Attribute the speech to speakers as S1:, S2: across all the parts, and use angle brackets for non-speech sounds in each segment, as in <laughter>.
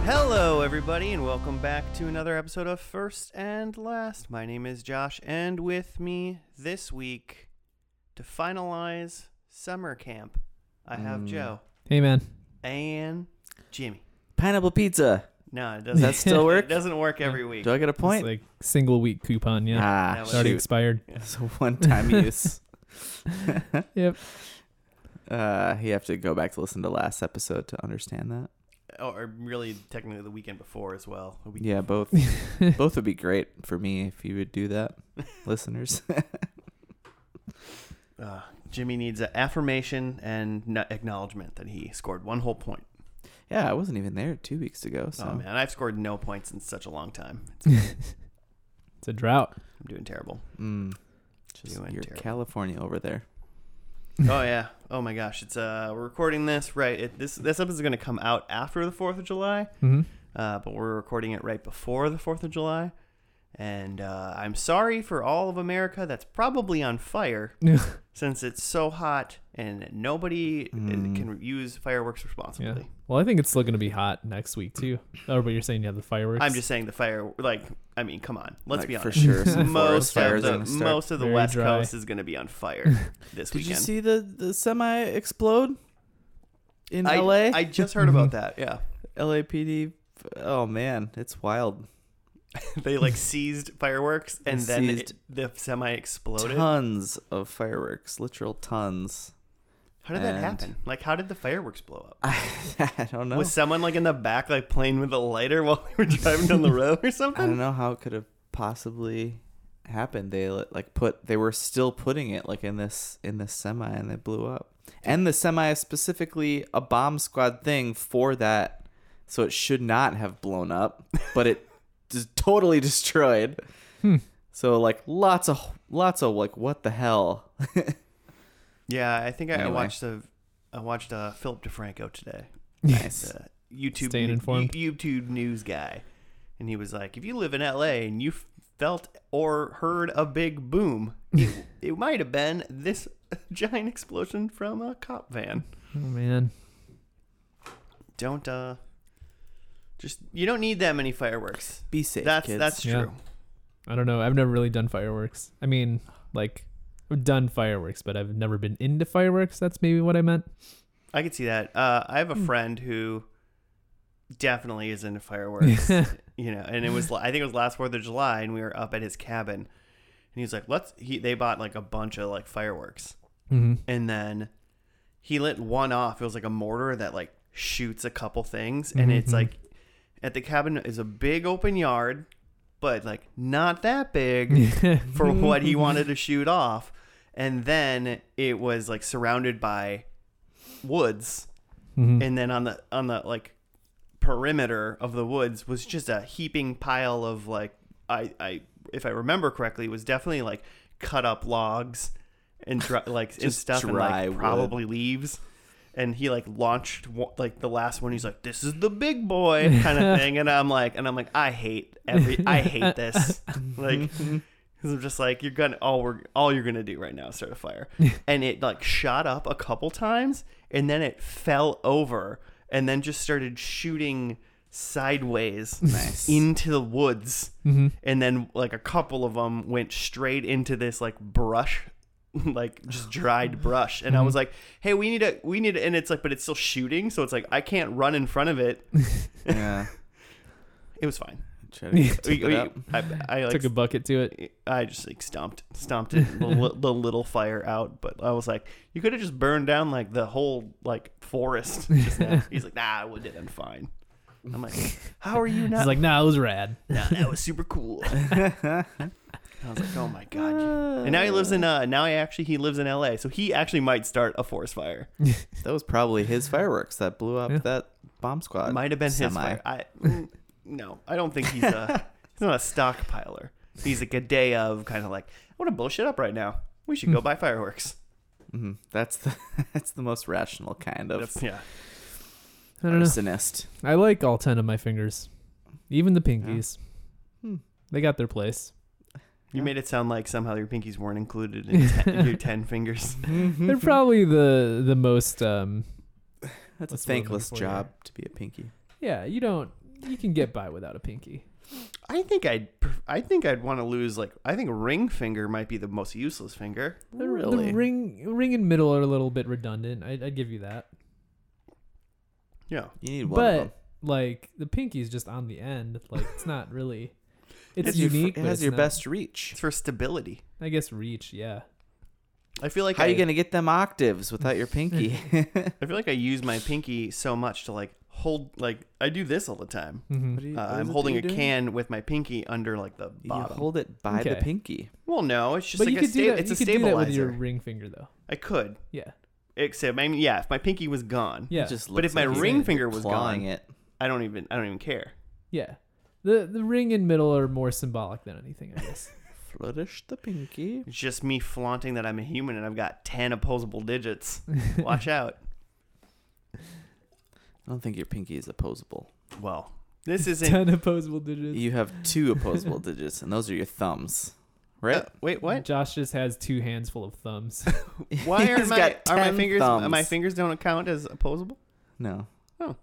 S1: Hello, everybody, and welcome back to another episode of First and Last. My name is Josh, and with me this week to finalize summer camp, I
S2: Mm.
S1: have Joe
S3: Hey man,
S1: and Jimmy.
S2: Pineapple pizza.
S1: No,
S2: <laughs>
S1: it doesn't
S2: Does that still
S1: It <laughs>
S2: work?
S1: doesn't work every week.
S2: Do I get a
S3: it's
S2: point?
S3: like single week coupon. Yeah,
S2: ah,
S1: That
S3: it's already
S2: shoot.
S3: expired.
S2: <laughs> It's a
S1: <laughs>
S2: one-time use. <laughs>
S3: Yep.
S2: Uh, you have to go back to listen to last episode to understand that.
S1: Oh, or really, technically, the weekend before as well. A week-
S2: Yeah, both both would be great for me if you would do that, listeners. <laughs>
S1: Uh, Jimmy needs an affirmation and n- acknowledgement that he scored one whole point.
S2: yeah, I wasn't even there two weeks ago, so
S1: Oh man, I've scored no points in such a long time. It's-
S3: It's a drought.
S1: I'm doing terrible.
S2: Mm, just
S1: Doing
S2: your
S1: terrible.
S2: California over there.
S1: oh yeah. Oh my gosh. It's uh we're recording this right. It, this this episode is going to come out after the 4th of July,
S3: Mm-hmm.
S1: uh, but we're recording it right before the 4th of July. And uh, I'm sorry for all of America that's probably on
S3: <laughs>
S1: fire since it's so hot and nobody uh,
S2: Mm.
S1: can use fireworks responsibly.
S3: Well, I think it's still gonna be hot next week too. Oh, but you're saying you have the fireworks.
S1: I'm just saying the fire like I mean, come on. Let's
S2: Like,
S1: be
S2: for
S1: honest.
S2: sure.
S1: <laughs>
S2: some forest
S1: Most of
S2: fires are
S1: the
S2: gonna start.
S1: most of the
S3: Very
S1: West
S3: dry.
S1: Coast is going to be on
S3: <laughs>
S1: fire this
S2: Did you
S1: weekend.
S2: see the the semi explode in
S1: I,
S2: L.A.?
S1: I just heard about that. Yeah.
S2: LAPD. Oh man, it's wild.
S1: they
S2: <laughs>
S1: like seized fireworks and then
S2: Seized.
S1: it- the semi exploded.
S2: Tons of fireworks, literal tons. <laughs>
S1: How did that
S2: And- Oh.
S1: happen? Like, how did the fireworks blow up?
S2: I, don't know.
S1: Was someone like in the back, like playing with a lighter <laughs> while they were driving down the road or
S2: I
S1: something?
S2: don't know how it could have possibly happened. They li- like put they were still putting it like in this in this semi and they blew up. And the semi is specifically a bomb squad thing for that, so it should not have blown up, but it <laughs> just totally destroyed.
S3: Hmm.
S2: So like lots of lots of like what the hell.
S1: Yeah, I think I, I
S2: Anyway.
S1: watched a, I watched uh, Philip DeFranco
S2: <laughs>
S1: today.
S2: nice.
S1: The YouTube
S3: Staying
S1: new-
S3: informed.
S1: YouTube news guy, and he was like, if you live in LA and you f- felt or heard a big boom,
S2: <laughs>
S1: it, it might have been this <laughs> giant explosion from a cop van.
S3: Oh man.
S1: don't uh just you don't need that many fireworks
S2: Be safe.
S1: that's
S2: kids.
S1: that's
S3: Yeah.
S1: true
S3: I don't know. I've never really done fireworks. I mean, like, I've done fireworks, but I've never been into fireworks. That's maybe what I meant.
S1: i could see that uh i have a friend who definitely is into fireworks you know and it was i think it was last fourth of july and we were up at his cabin and he's like let's he they bought like a bunch of like fireworks
S3: <laughs> Mm-hmm.
S1: and then he lit one off it was like a mortar that like shoots a couple things and it's
S3: Mhm.
S1: like at the cabin is a big open yard but like not that big
S3: <laughs>
S1: for what he wanted
S2: <laughs>
S1: to shoot off. And then it was like surrounded by woods.
S2: Mm-hmm.
S1: And then on the on the like perimeter of the woods was just a heaping pile of like I I if I remember correctly, it was definitely like cut up logs and
S2: <laughs>
S1: dry, like and
S2: Just
S1: stuff and
S2: dry
S1: like
S2: wood.
S1: probably leaves. And he like launched one- like the last one. He's like, "This is the big
S2: <laughs>
S1: boy" kind of thing, and I'm like, and I'm like, I hate every, I hate
S2: <laughs>
S1: this. Like, because I'm just like, you're gonna all we're all you're gonna do right now is start a
S2: <laughs>
S1: fire. and it like shot up a couple times and then it fell over and then just started shooting sideways
S2: Nice. Mm-hmm.
S1: into the woods.
S3: hmm
S1: And then like a couple of them went straight into this like brush <laughs> like just dried brush
S2: Mm-hmm.
S1: and i was like hey we need to we need to, and it's like but it's still shooting so it's like i can't run in front of it
S2: yeah.
S1: it was
S2: <laughs>
S1: fine <laughs>
S2: Try to get
S1: we,
S2: it
S1: we-
S2: up.
S1: I, I like
S3: Took a bucket to it.
S1: I just like stomped stomped it, the, li- the little fire out. But I was like, you could have just burned down like the whole like
S3: <laughs>
S1: forest. Just now. He's like, nah, I would did. I'm fine. I'm like, how are you
S3: He's
S1: not?
S3: like, nah, it was rad.
S1: nah, that was super
S3: <laughs>
S1: cool. I was like, oh my god. And now he lives in uh now he actually he lives in L.A. So he actually might start a forest fire.
S2: That was probably his fireworks that blew up
S3: Yeah.
S2: that bomb
S3: Uh,
S2: squad.
S1: might have been his
S2: semi.
S1: fire. I mm, no, I don't think he's
S3: <laughs>
S1: a he's not a stockpiler. He's like a day of kind of like I want to bullshit up right now. We should
S3: <laughs>
S1: go buy fireworks.
S2: Mhm. That's the <laughs> that's the most rational kind of
S1: That's- yeah.
S3: I don't know.
S2: arsonist.
S3: I like all ten of my fingers, even the pinkies.
S2: Hmm.
S3: They got their place.
S1: You
S2: Yeah.
S1: made it sound like somehow your pinkies weren't included in ten, <laughs> your ten fingers.
S2: <laughs>
S3: They're probably the the most um,
S2: That's a
S3: What's the word I'm looking
S2: thankless
S3: for
S2: job to be a pinky.
S3: Yeah, you don't you can get by without a pinky.
S1: I think I'd pref- I think I'd want to lose like I think ring finger might be the most useless finger.
S3: The, the ring, ring and middle are a little bit redundant. I, I'd give you that.
S1: Yeah.
S2: You need one of them.
S3: but like the pinky's just on the end. Like it's not really. It's,
S2: your fir- <laughs>
S3: unique.
S2: it
S3: but
S2: has
S3: it's
S2: your
S3: not-
S2: best reach.
S1: It's for stability.
S3: I guess reach. Yeah.
S1: I feel like
S2: How
S1: I,
S2: are you gonna get them octaves without
S1: <laughs>
S2: your pinky?
S1: I feel like I use my pinky so much to like hold like I do this all the time. <laughs>
S3: hmm
S2: What do you-
S1: Uh,
S2: what is it
S1: I'm
S2: that
S1: holding
S2: you
S1: a
S2: do?
S1: can with my pinky under like the
S2: You
S1: bottom.
S2: hold it by the
S3: Okay.
S2: pinky.
S1: well, no, it's just
S3: But
S1: like
S3: you
S1: a
S3: could do
S1: sta-
S3: that.
S1: it's
S3: you
S1: a
S3: could
S1: stabilizer.
S3: do that with your ring finger though.
S1: I could,
S3: Yeah.
S1: except I mean, yeah, if my pinky was gone,
S3: Yeah.
S2: It just
S1: But if
S2: looks
S1: my
S2: like he's
S1: ring
S2: gonna be
S1: finger was
S2: clawing
S1: gone-
S2: it.
S1: I don't even I don't even care.
S3: Yeah. The the ring and middle are more symbolic than anything, I
S2: <laughs>
S3: guess.
S2: Flourish the pinky.
S1: It's just me flaunting that I'm a human and I've got ten opposable digits.
S2: <laughs>
S1: Watch out.
S2: I don't think your pinky is opposable.
S1: Well, this isn't.
S3: <laughs> Ten opposable digits.
S2: You have two opposable digits, and those are your thumbs, right?
S1: Uh, wait,
S2: <laughs>
S1: what?
S3: Josh just has two hands full of thumbs.
S1: Why are
S2: He's
S1: my
S2: got
S1: are my
S2: 10
S1: fingers
S2: thumbs.
S1: my fingers don't count as opposable?
S2: No.
S1: Oh.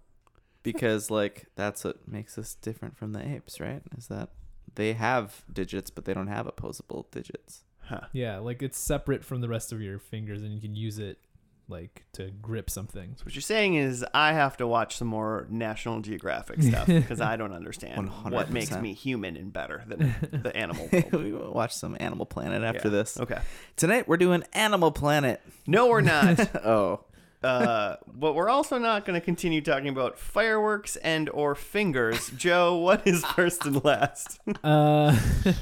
S2: Because like that's what makes us different from the apes, right? Is that they have digits, but they don't have opposable
S1: <laughs>
S2: digits.
S1: Huh.
S3: yeah, like it's separate from the rest of your fingers, and you can use it like to grip something.
S1: So what you're saying is I have to watch some more National
S2: <laughs>
S1: Geographic stuff because I don't understand what makes
S2: 100%.
S1: me human and better
S2: <laughs>
S1: than the animal world.
S2: we will watch some Animal Planet after
S1: Yeah.
S2: this.
S1: Okay.
S2: Tonight we're doing Animal Planet.
S1: No, we're not.
S2: <laughs> oh.
S1: Uh, but we're also not going to continue talking about fireworks and or
S2: <laughs>
S1: fingers. Joe, what is first and last?
S3: Uh, <laughs>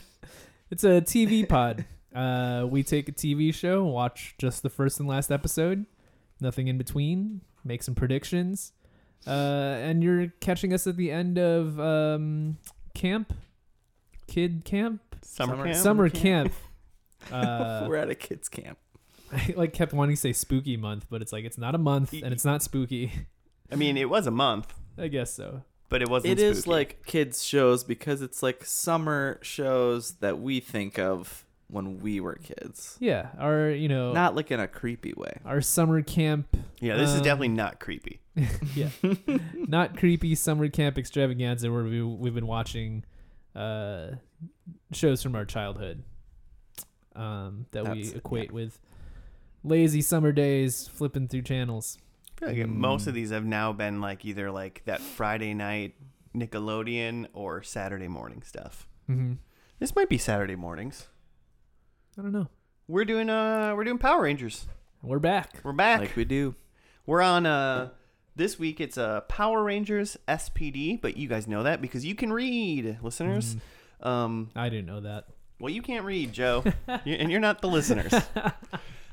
S3: it's a TV pod. Uh, we take a TV show, watch just the first and last episode, nothing in between, make some predictions, uh, and you're catching us at the end of um, camp, kid camp,
S1: Summer,
S2: Summer-
S1: camp.
S3: summer camp. Uh,
S2: we're at a kids camp.
S3: <laughs> I like kept wanting to say spooky month, but it's like it's not a month and it's not spooky. <laughs>
S1: I mean, it was a month,
S3: I guess so.
S1: but it wasn't.
S2: It is
S1: spooky.
S2: like kids shows because it's like summer shows that we think of when we were kids.
S3: Yeah, our you
S1: Oh.
S3: know
S2: Not like in a creepy way.
S3: our summer
S2: <laughs>
S3: camp
S1: yeah. This is
S3: um,
S1: definitely not creepy.
S3: yeah. Not creepy summer camp extravaganza where we, we've been watching uh, shows from our childhood um, that
S2: That's-
S3: we equate
S2: yeah.
S3: with lazy summer days flipping through channels.
S1: I feel like
S2: Hmm.
S1: most of these have now been like either like that Friday night Nickelodeon or Saturday morning stuff.
S3: Mm-hmm.
S1: This might be Saturday mornings.
S3: I don't know.
S1: We're doing uh we're doing Power Rangers.
S3: We're back.
S1: We're back.
S2: Like we do.
S1: We're on uh this week it's uh Power Rangers SPD, but you guys know that because you can read, listeners.
S2: Hmm.
S1: Um
S3: I didn't know that.
S1: well you can't read,
S2: <laughs>
S1: Joe. You- and you're not the listeners.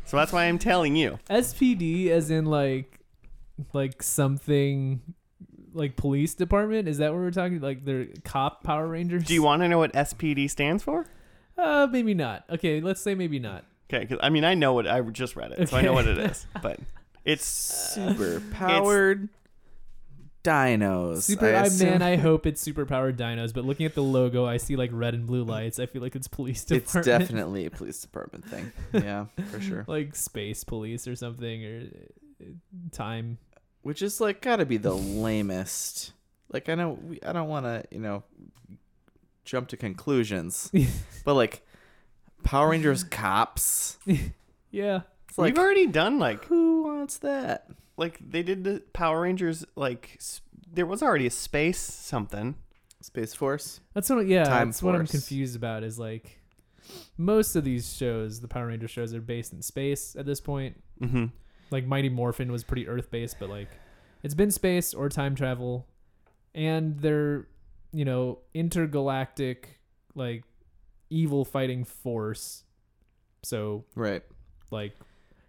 S1: So that's why I'm telling you.
S3: SPD, as in like, like something, like police department. Is that what we're talking? Like they're cop Power Rangers?
S1: Do you want to know what SPD stands for?
S3: Uh, maybe not. Okay, let's say maybe not.
S1: Okay, cuz I mean I know what I just read it. So I know what
S3: Okay.
S1: it
S2: <laughs>
S1: is. But it's
S3: <laughs>
S2: Super powered dinos.
S3: Super I
S2: assume.
S3: man, I hope it's superpowered dinos, but looking at the logo, I see like red and blue lights. I feel like it's police
S2: It's
S3: department.
S2: definitely a police department thing.
S3: <laughs>
S2: Yeah, for sure.
S3: like space police or something or uh, time. <laughs>
S2: Which is like gotta be the lamest. Like I know we, I don't want to you know jump to conclusions, but like Power
S3: <laughs>
S2: Rangers cops.
S3: yeah.
S2: It's like
S1: We've already done like
S2: who wants that?
S1: like they did the Power Rangers like s- there was already a space something.
S2: Space Force.
S3: That's what yeah,
S2: Time
S3: that's what I'm
S2: Force.
S3: confused about is like most of these shows, the Power Ranger shows are based in space at this point.
S1: Mhm.
S3: Like Mighty Morphin was pretty earth-based, but like it's been space or time travel and they're, you know, intergalactic like evil fighting force. So
S2: Right.
S3: like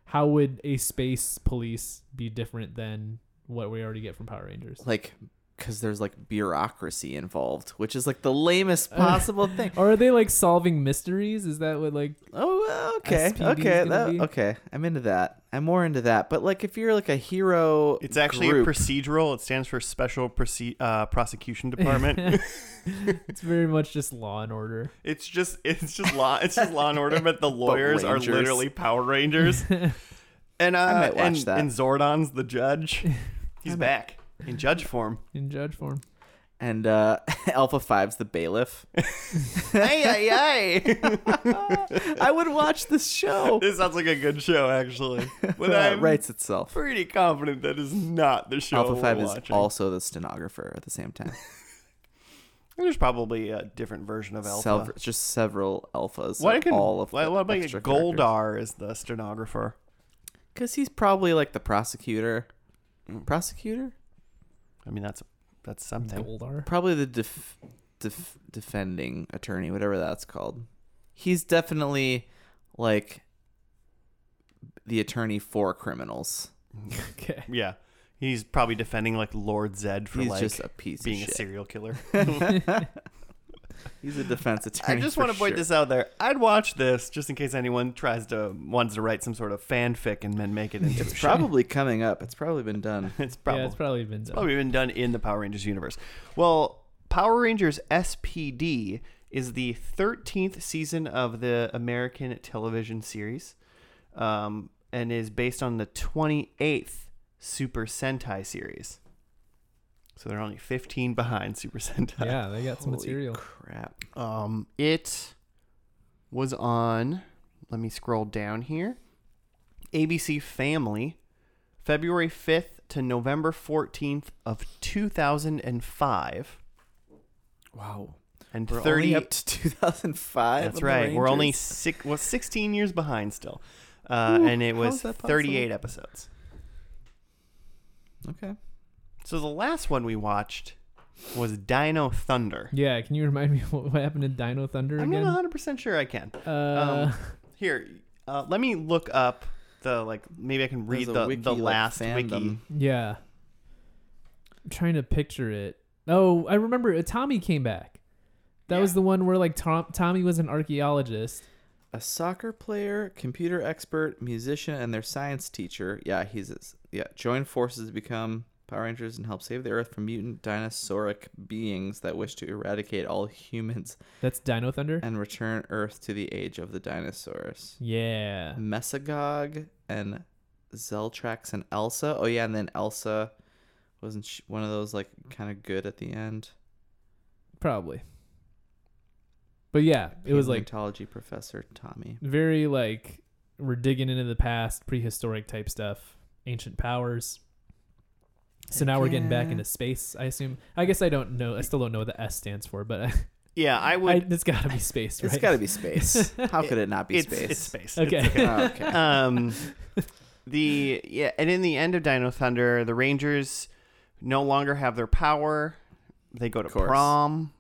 S3: how would a space police be different than what we already get from Power Rangers?
S2: Like because there's like bureaucracy involved, which is like the
S3: <laughs>
S2: lamest possible thing.
S3: Or are they like solving mysteries? Is that what like <laughs>
S2: Oh, well, okay,
S3: SPD 's
S2: okay,
S3: gonna
S2: that-
S3: be-
S2: okay. I'm into that. I'm more into that. But like, if you're like a hero,
S1: It's actually
S2: group,
S1: a procedural. It stands for Special Proce- uh, Prosecution
S2: <laughs>
S1: Department.
S3: <laughs> it's very much just law and order. <laughs>
S1: it's just it's just law it's just Law and Order, but
S2: <laughs>
S1: the lawyers are
S2: Rangers.
S1: literally Power
S2: <laughs>
S1: Rangers. and uh,
S2: might watch
S1: and,
S2: that. <laughs>
S1: and Zordon's the judge. He's back in judge form.
S3: in judge form.
S2: and uh, <laughs> Alpha Five's the bailiff.
S1: <laughs> Ay, ay, ay.
S2: <laughs> I would watch this show.
S1: This sounds like a good show,
S2: <laughs>
S1: actually. <laughs> But
S2: It
S1: I'm
S2: writes itself.
S1: pretty confident that is not the show.
S2: Alpha
S1: we're
S2: Five is
S1: watching.
S2: also the stenographer at the same
S3: <laughs>
S2: time.
S1: There's probably a different version of Alpha.
S2: Sever- just several alphas.
S1: Why
S2: of
S1: can
S2: all of
S1: why,
S2: the
S1: why about
S2: extra
S1: Goldar is the stenographer?
S2: Because he's probably like the prosecutor.
S3: Mm.
S2: Prosecutor?
S1: I mean, that's that's something.
S3: Goldar. <laughs>
S2: Probably the def- def- defending attorney, whatever that's called. He's definitely like the attorney for criminals.
S3: Okay.
S1: Yeah, he's probably defending like Lord Zed for
S2: he's
S1: like
S2: just a piece
S1: being
S2: of
S1: a
S2: shit.
S1: serial
S2: <laughs>
S1: killer.
S2: he's a defense
S1: I
S2: attorney.
S1: just
S2: want to
S1: point this out there. I'd watch this just in case anyone tries to wants to write some sort of fanfic and then make it into a
S2: It's
S1: show.
S2: probably coming up. It's probably been done.
S1: <laughs> It's probably
S3: Yeah, it's probably been done.
S1: probably been done in the Power Rangers universe. Well, Power Rangers SPD is the 13th season of the American television series um, and is based on the 28th Super Sentai series. So they're only 15 behind Super Sentai.
S3: yeah, they got some
S2: Holy
S3: material.
S2: Crap.
S1: Um, it was on, let me scroll down here. ABC Family, February 5th to November 14th of 2005.
S2: Wow.
S1: And
S2: We're
S1: 30
S2: only up to 2005.
S1: That's
S2: on the
S1: right. We're only
S2: Rangers.
S1: six, well, 16 years behind still. Uh,
S2: Ooh,
S1: and it
S2: how
S1: was
S2: is that possible?
S1: 38 episodes.
S2: Okay.
S1: So the last one we watched was Dino Thunder.
S3: Yeah, can you remind me <laughs> what, what happened to Dino Thunder
S1: I'm
S3: again?
S1: not 100% sure I can.
S3: Uh,
S1: Um, Oh. Here, uh, let me look up the like. Maybe I can read
S2: There's a
S1: the
S2: wiki,
S1: the
S2: like,
S1: last wiki.
S2: fandom.
S3: <laughs> yeah. I'm trying to picture it. Oh, I remember uh, Tommy came back. That was
S1: Yeah.
S3: the one where like Tom, Tommy was an archaeologist.
S2: A soccer player, computer expert, musician, and their science teacher. Yeah, he's yeah. Join forces to become Power Rangers and help save the Earth from mutant dinosauric beings that wish to eradicate all humans
S3: That's Dino Thunder.
S2: and return Earth to the age of the dinosaurs.
S3: Yeah.
S2: Mesagog and Zeltrax and Elsa. Oh yeah, and then Elsa wasn't she one of those like kind of good at the end.
S3: Probably. But yeah, it was like
S2: Paleontology professor Tommy.
S3: very like we're digging into the past, prehistoric type stuff, ancient powers. So now we're getting back
S2: Yeah.
S3: into space, I assume. I guess I don't know. I still don't know what the S stands for, but <laughs> I,
S1: Yeah, I
S3: I,
S1: would.
S3: it's got to be space, right?
S2: It's got to be space. How could it not be
S1: it's,
S2: space?
S1: it's space. It's-
S3: <laughs> Okay.
S2: Oh, okay. <laughs>
S1: um, the yeah, and in the end of Dino Thunder, the Rangers no longer have their power. They go to
S2: course.
S1: prom.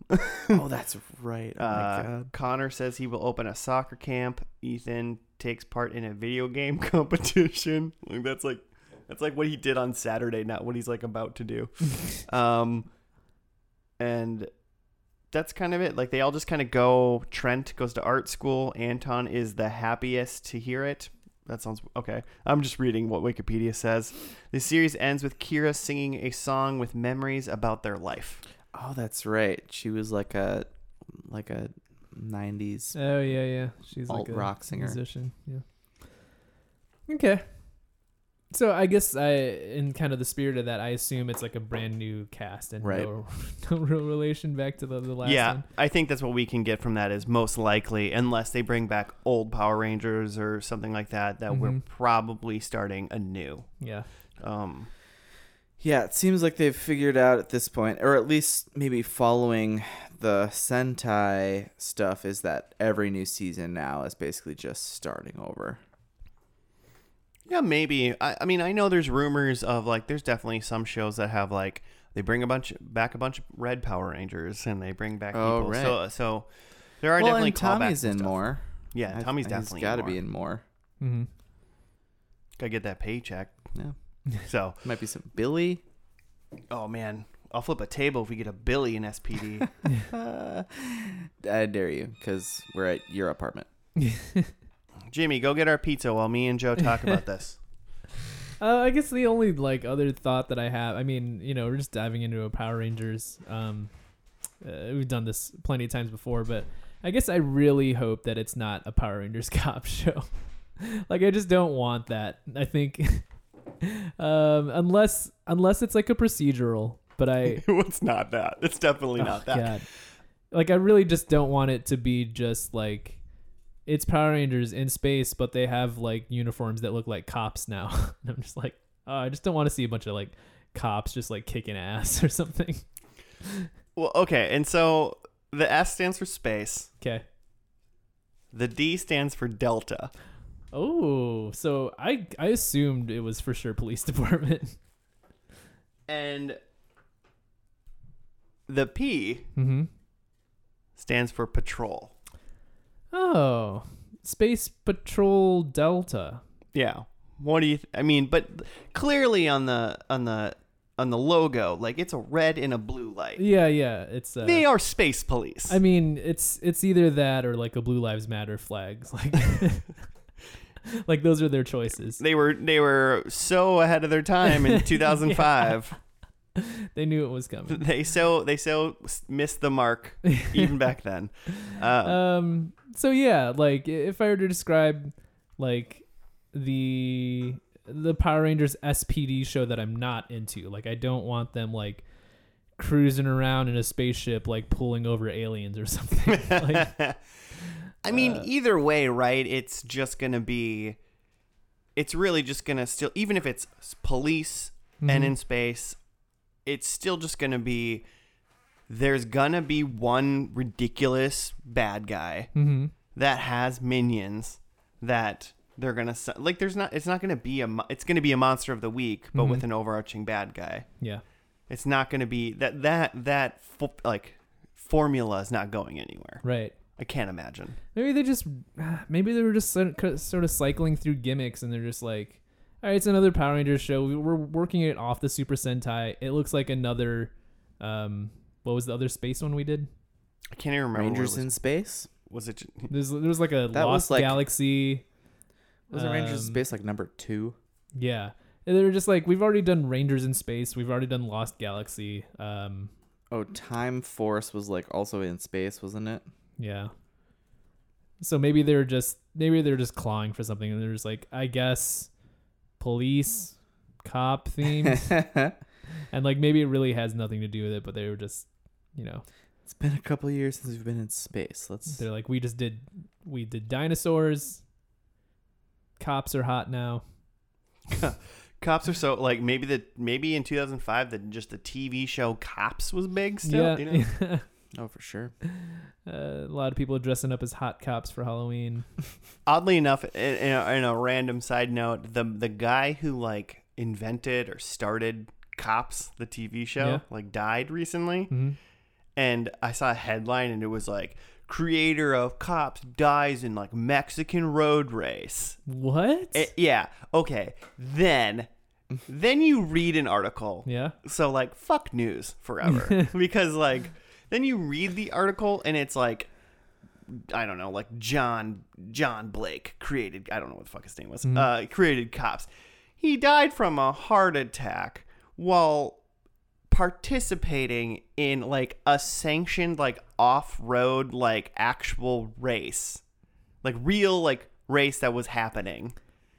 S2: oh, that's right. Oh my
S1: Uh,
S2: god.
S1: Connor says he will open a soccer camp. Ethan takes part in a video game <laughs> competition. Like that's like that's like what he did on Saturday, not what he's like about to
S2: <laughs>
S1: do. um, and that's kind of it. Like they all just kind of go. Trent goes to art school. Anton is the happiest to hear it. That sounds okay. I'm just reading what Wikipedia says. The series ends with Kira singing a song with memories about their life.
S2: Oh, that's right. She was like a like a '90s
S3: Oh yeah, yeah. She's
S2: alt
S3: like a
S2: rock singer.
S3: musician. Yeah. Okay. So I guess I, in kind of the spirit of that, I assume it's like a brand new cast and
S2: Right.
S3: no, <laughs> no real relation back to the, the last
S1: yeah,
S3: one.
S1: I think that's what we can get from that is most likely, unless they bring back old Power Rangers or something like that, that
S2: Mm-hmm.
S1: we're
S3: Mhm.
S1: probably starting anew.
S3: Yeah.
S1: Um,
S2: Yeah, it seems like they've figured out at this point, or at least maybe following the Sentai stuff, is that every new season now is basically just starting over.
S1: yeah, maybe. I, I mean, I know there's rumors of like, there's definitely some shows that have like they bring a bunch back a bunch of Red Power Rangers and they bring back
S2: Oh,
S1: people.
S2: right.
S1: So, so there are
S2: well,
S1: definitely
S2: and Tommy's
S1: callbacks and
S2: in
S1: stuff.
S2: more.
S1: Yeah,
S2: I-
S1: Tommy's
S2: he's
S1: definitely
S2: gotta
S1: in more.
S2: be in more.
S3: Mm-hmm. <laughs>
S1: Gotta get that paycheck.
S2: Yeah,
S1: So,
S2: might be some Billy. <laughs>
S1: oh man, I'll flip a table if we get a Billy in SPD.
S2: Uh, I dare you, because we're at your apartment.
S1: Jimmy, go get our pizza while me and Joe talk
S3: <laughs>
S1: about this.
S3: Uh, I guess the only like other thought that I have, I mean, you know, we're just diving into a Power Rangers. Um, uh, we've done this plenty of times before, but I guess I really hope that it's not a Power Rangers <laughs> cop show. like, I just don't <laughs> want that. I think, um, unless unless it's like a procedural, but I
S1: <laughs> it's not that. It's definitely not
S3: Oh,
S1: that.
S3: God. Like I really just don't want it to be just like it's Power Rangers in space, but they have like uniforms that look like cops now. <laughs> and I'm just like, oh, I just don't want to see a bunch of like cops just like kicking ass <laughs> or something.
S1: Well, okay. And so the S stands for space.
S3: Okay.
S1: The D stands for delta.
S3: Oh, so I I assumed it was for sure police <laughs> department.
S1: And the P
S3: mm-hmm.
S1: stands for patrol.
S3: Oh, Space Patrol Delta.
S1: Yeah. What do you th- I mean, but clearly on the on the on the logo, like it's a red and a blue light.
S3: Yeah, yeah, it's uh,
S1: They are space police.
S3: I mean, it's it's either that or like a Blue Lives Matter flags. <laughs> Like, like those are their choices.
S1: they were they were so ahead of their time
S3: <laughs>
S1: in 2005.
S3: They knew it was coming.
S1: <laughs> They so they so s- missed the mark even back then. Uh,
S3: Um. So yeah, like i- if I were to describe like the the Power Rangers SPD show that I'm not into, like I don't want them like cruising around in a spaceship like pulling over aliens
S1: <laughs>
S3: or <laughs> something. like,
S1: I mean, either way, right? It's just gonna be. It's really just gonna still, even if it's s- police and in space, it's still just gonna be. There's gonna be one ridiculous bad guy
S3: hmm
S1: that has minions that they're gonna s- like. There's not. It's not gonna be a. mo- It's gonna be a monster of the week, but with an overarching bad guy.
S3: Yeah.
S1: It's not gonna be that that that fo- like formula is not going anywhere.
S3: Right.
S1: I can't imagine.
S3: Maybe they just, <sighs> maybe they were just sort of- sort of cycling through gimmicks, and they're just like, all right, it's another Power Rangers show. We- We're working it off the Super Sentai. It looks like another, um, what was the other space one we did?
S1: I can't even remember. what it
S2: Rangers
S1: was,
S2: in Space?
S1: was it? j-
S3: There's there was like a
S2: That was
S3: Lost
S2: like-
S3: Galaxy.
S2: Wasn't Rangers in
S3: um,
S2: Space like number two?
S3: Yeah, and they were just like, we've already done Rangers in Space. We've already done Lost Galaxy. Um,
S2: Oh, Time Force was like also in space, wasn't it?
S3: yeah. So maybe they're just maybe they're just clawing for something, and they're just like, I guess, police,
S2: <laughs>
S3: cop theme.
S2: it's
S3: and like maybe it really has nothing to do with it, but they were just, you know,
S2: been a couple years since we've been in space. Let's
S3: they're like we just did we did dinosaurs. Cops are hot now.
S1: <laughs> Cops are so like maybe the maybe in 2005 that just the TV show Cops was big still.
S3: yeah,
S1: You
S3: <laughs>
S1: know?
S2: Oh, for sure.
S3: uh, a lot of people dressing up as hot cops for Halloween.
S1: Oddly enough, in, in, a, in a random side note, the the guy who like invented or started Cops, the TV show,
S3: Yeah.
S1: like died recently,
S3: Mm-hmm.
S1: and I saw a headline and it was like creator of Cops dies in like Mexican road race.
S3: What?
S1: Eh, yeah. Okay. Then, then you read an article
S3: yeah.
S1: so like fuck news forever because like then you read the article and it's like I don't know, like John John Blake created I don't know what the fuck his name was. Uh created cops. He died from a heart attack while participating in like a sanctioned like off-road like actual race. Like real like race that was happening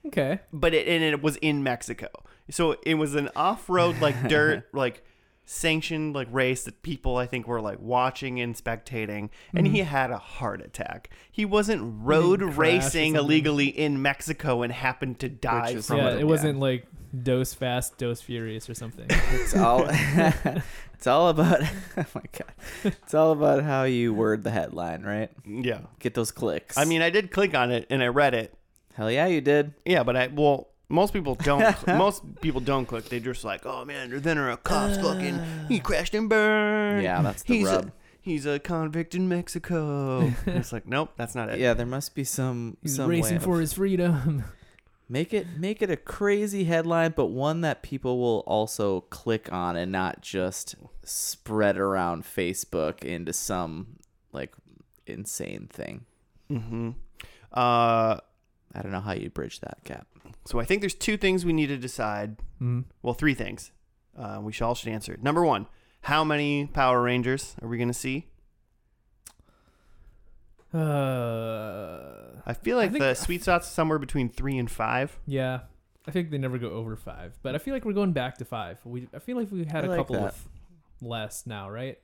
S3: Okay.
S1: but it and it was in Mexico. So it was an off-road
S2: <laughs>
S1: like dirt like sanctioned like race that people I think were like watching and spectating and
S2: Mm-hmm.
S1: he had a heart attack. He wasn't road
S3: crash or
S1: racing
S3: something.
S1: illegally in Mexico and happened to die
S2: is
S1: from
S3: yeah,
S1: it.
S3: it wasn't like dose fast, dose furious
S1: <laughs>
S3: or something.
S2: It's all <laughs> it's all about <laughs> oh my god. It's all about how you word the headline, right?
S1: Yeah.
S2: Get those clicks.
S1: I mean, I did click on it and I read it.
S2: hell yeah, you did.
S1: Yeah, but I well most people
S2: <laughs>
S1: don't. most people don't click. They just like, oh man, then are a cop's fucking. He crashed and burned.
S2: Yeah, that's the
S1: he's
S2: rub.
S1: A, he's a convict in
S2: <laughs>
S1: Mexico. And it's like, nope, that's not it.
S2: Yeah, there must be some
S3: He's
S2: some way
S3: racing
S2: of-
S3: for his freedom.
S2: make it make it a crazy headline, but one that people will also click on and not just spread around Facebook into some like insane thing.
S1: Mm-hmm. Uh,
S2: I don't know how you bridge that gap.
S1: so I think there's two things we need to decide.
S3: Mm.
S1: Well, three things. Uh, we should all should answer. Number one, how many Power Rangers are we gonna see?
S3: Uh,
S1: I feel like
S3: think-
S1: the sweet spot's somewhere between three and five.
S3: yeah. I think they never go over five, but I feel like we're going back to five. We I feel like we had
S2: I
S3: a
S2: like
S3: couple
S2: that.
S3: of less now, right?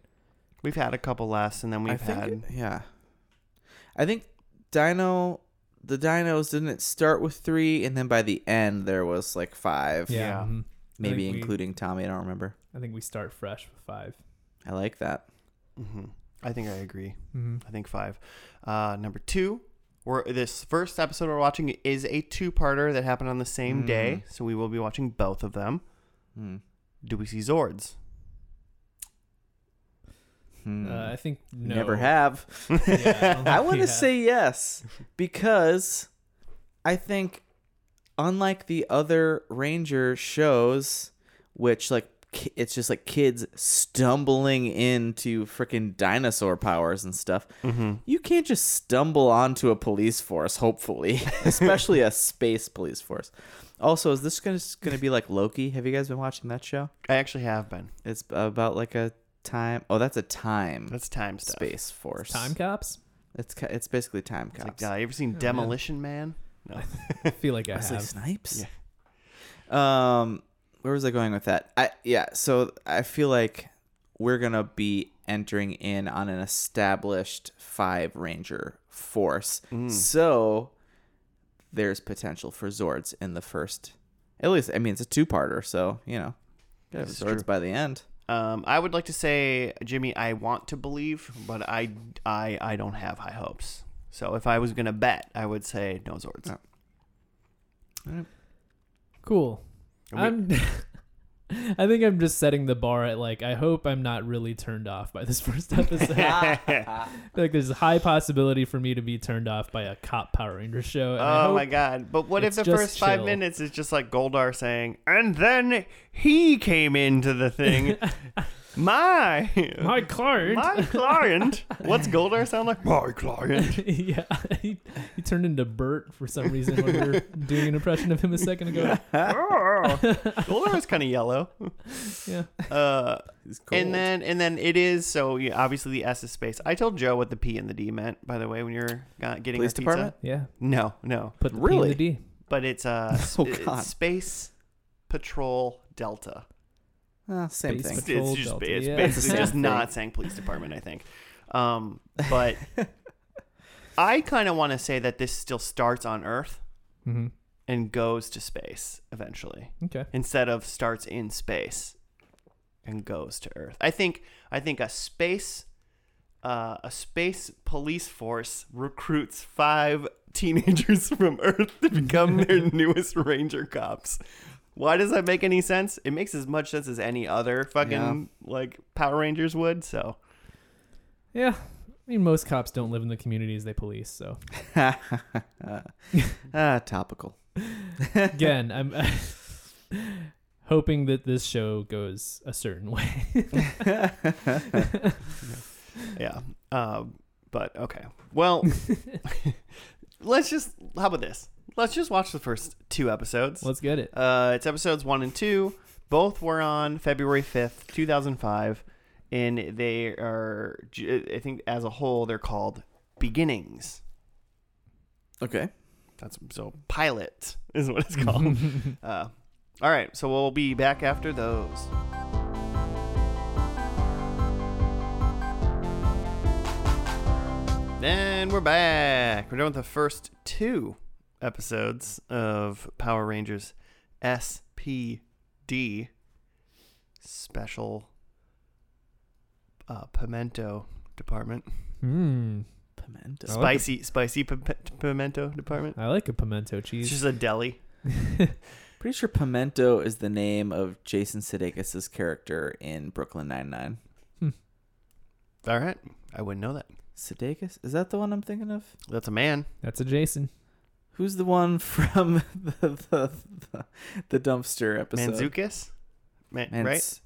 S1: We've had a couple less, and then we've
S2: I think,
S1: had
S2: Yeah. I think Dino the Dinos didn't it start with three and then by the end there was like five.
S1: Yeah.
S3: mhm.
S2: Maybe
S3: think we-
S2: including Tommy, I don't remember.
S3: I think we start fresh with 5
S2: I like that.
S1: hmm I think I agree.
S3: Mm-hmm.
S1: I think five. Uh, number two, we're, this first episode we're watching is a two-parter that happened on the same day,
S2: Mm.
S1: so we will be watching both of them.
S2: Hmm.
S1: Do we see Zords?
S2: Hmm.
S3: Uh, I think no. <laughs>
S2: Never have.
S3: Yeah,
S2: <laughs> I want to
S3: Yeah.
S2: say yes because I think, unlike the other Ranger shows, which like ki- it's just like kids stumbling into freaking dinosaur powers and stuff,
S1: Mm-hmm.
S2: you can't just stumble onto a police force. Hopefully, <laughs> especially a space police force. Also, is this going to be like Loki? Have you guys been watching that show?
S1: I actually have been.
S2: It's about like a time. Oh, that's a time
S1: That's time stuff.
S2: space force.
S3: Time cops.
S2: It's ki- it's basically time
S1: It's like,
S2: cops.
S1: uh, you ever seen
S3: Oh,
S1: Demolition Man?
S3: I
S2: <laughs>
S3: feel like I
S2: Wesley
S3: have.
S2: Snipes. Yeah. Um, where was I going with that? I yeah. So I feel like we're gonna be entering in on an established five ranger force. So there's potential for Zords in the first. At least I mean it's a two parter, so you know, gotta have
S1: This is
S2: Zords
S1: true.
S2: by the end.
S1: Um, I would like to say, Jimmy, I want to believe, but I, I, I don't have high hopes. So if I was gonna bet, I would say no Zords.
S2: No.
S3: Cool.
S1: And we-
S3: I'm. <laughs> I think I'm just setting the bar at like I hope I'm not really turned off by this <laughs> first
S2: <laughs>
S3: episode. like there's a high possibility for me to be turned off by a cop Power Ranger show. and I
S1: Oh
S3: hope-
S1: my god! But what if
S3: it's
S1: the
S3: just
S1: first five
S3: chill.
S1: minutes is just like Goldar saying, and then he came into the
S3: <laughs>
S1: thing. my,
S3: my client.
S1: my client. What's Goldar sound like? My <laughs> client.
S3: <laughs> yeah, he, he turned into Bert for some reason when we were
S1: <laughs>
S3: doing an impression of him a second ago.
S1: Oh. Goldar is kind of yellow.
S3: Yeah,
S1: Uh,
S2: <laughs> He's cold.
S1: and then and then it is so yeah, obviously the S is space. I told Joe what the P and the D meant. By the way, when you're got- getting our
S2: Police
S1: pizza.
S2: department?
S3: yeah.
S1: No, no.
S3: Put the
S2: Really?
S3: P in the D.
S1: But it's <laughs> uh, s-
S2: Oh,
S1: it's
S2: God.
S1: space patrol delta.
S2: Ah, same
S3: Space
S2: thing.
S3: Patrol.
S1: It's- it's just
S3: Delta,
S1: it's
S3: yeah.
S1: basically just
S2: Same
S1: not
S2: thing.
S1: saying police department, I think. Um, <laughs> but I kind of want to say that this still starts on Earth
S3: Mm-hmm.
S1: and goes to space eventually,
S3: Okay.
S1: instead of starts in space and goes to Earth. I think I think a space uh, a space police force recruits five <laughs> teenagers from Earth to become their newest ranger cops. Why does that make any sense? It makes as much sense as any other fucking
S2: Yeah.
S1: like Power Rangers would. So
S3: Yeah. I mean, most cops don't live in the communities they police,
S1: <laughs>
S3: so
S2: <laughs> ah, <laughs> topical.
S3: again, I'm <laughs> hoping that this show goes a certain way.
S1: yeah, um, but okay. Well, <laughs> let's just how about this? Let's just watch the first two episodes.
S3: Let's get it.
S1: Uh, it's episodes one and two. Both were on February 5th, 2005. And they are, j- I think, as a whole, they're called Beginnings.
S2: Okay.
S1: That's so pilot is what it's called. uh, all right, so we'll be back after those. Then we're back. We're done with the first two episodes of Power Rangers SPD Special uh, Pimento Department.
S3: <laughs> Hmm.
S2: Pimento.
S3: I like
S1: Spicy, spicy pime- pimento department.
S3: I like a pimento
S1: It's
S3: cheese.
S1: just a deli.
S2: Pretty sure Pimento is the name of Jason Sudeikis' character in Brooklyn Nine Nine.
S1: All right. I wouldn't know that.
S2: Sudeikis is that the one I'm thinking of?
S1: That's a man.
S3: That's a Jason.
S2: Who's the one <laughs> from the the, the, the dumpster episode?
S1: Manzukis? Man,
S2: Mans-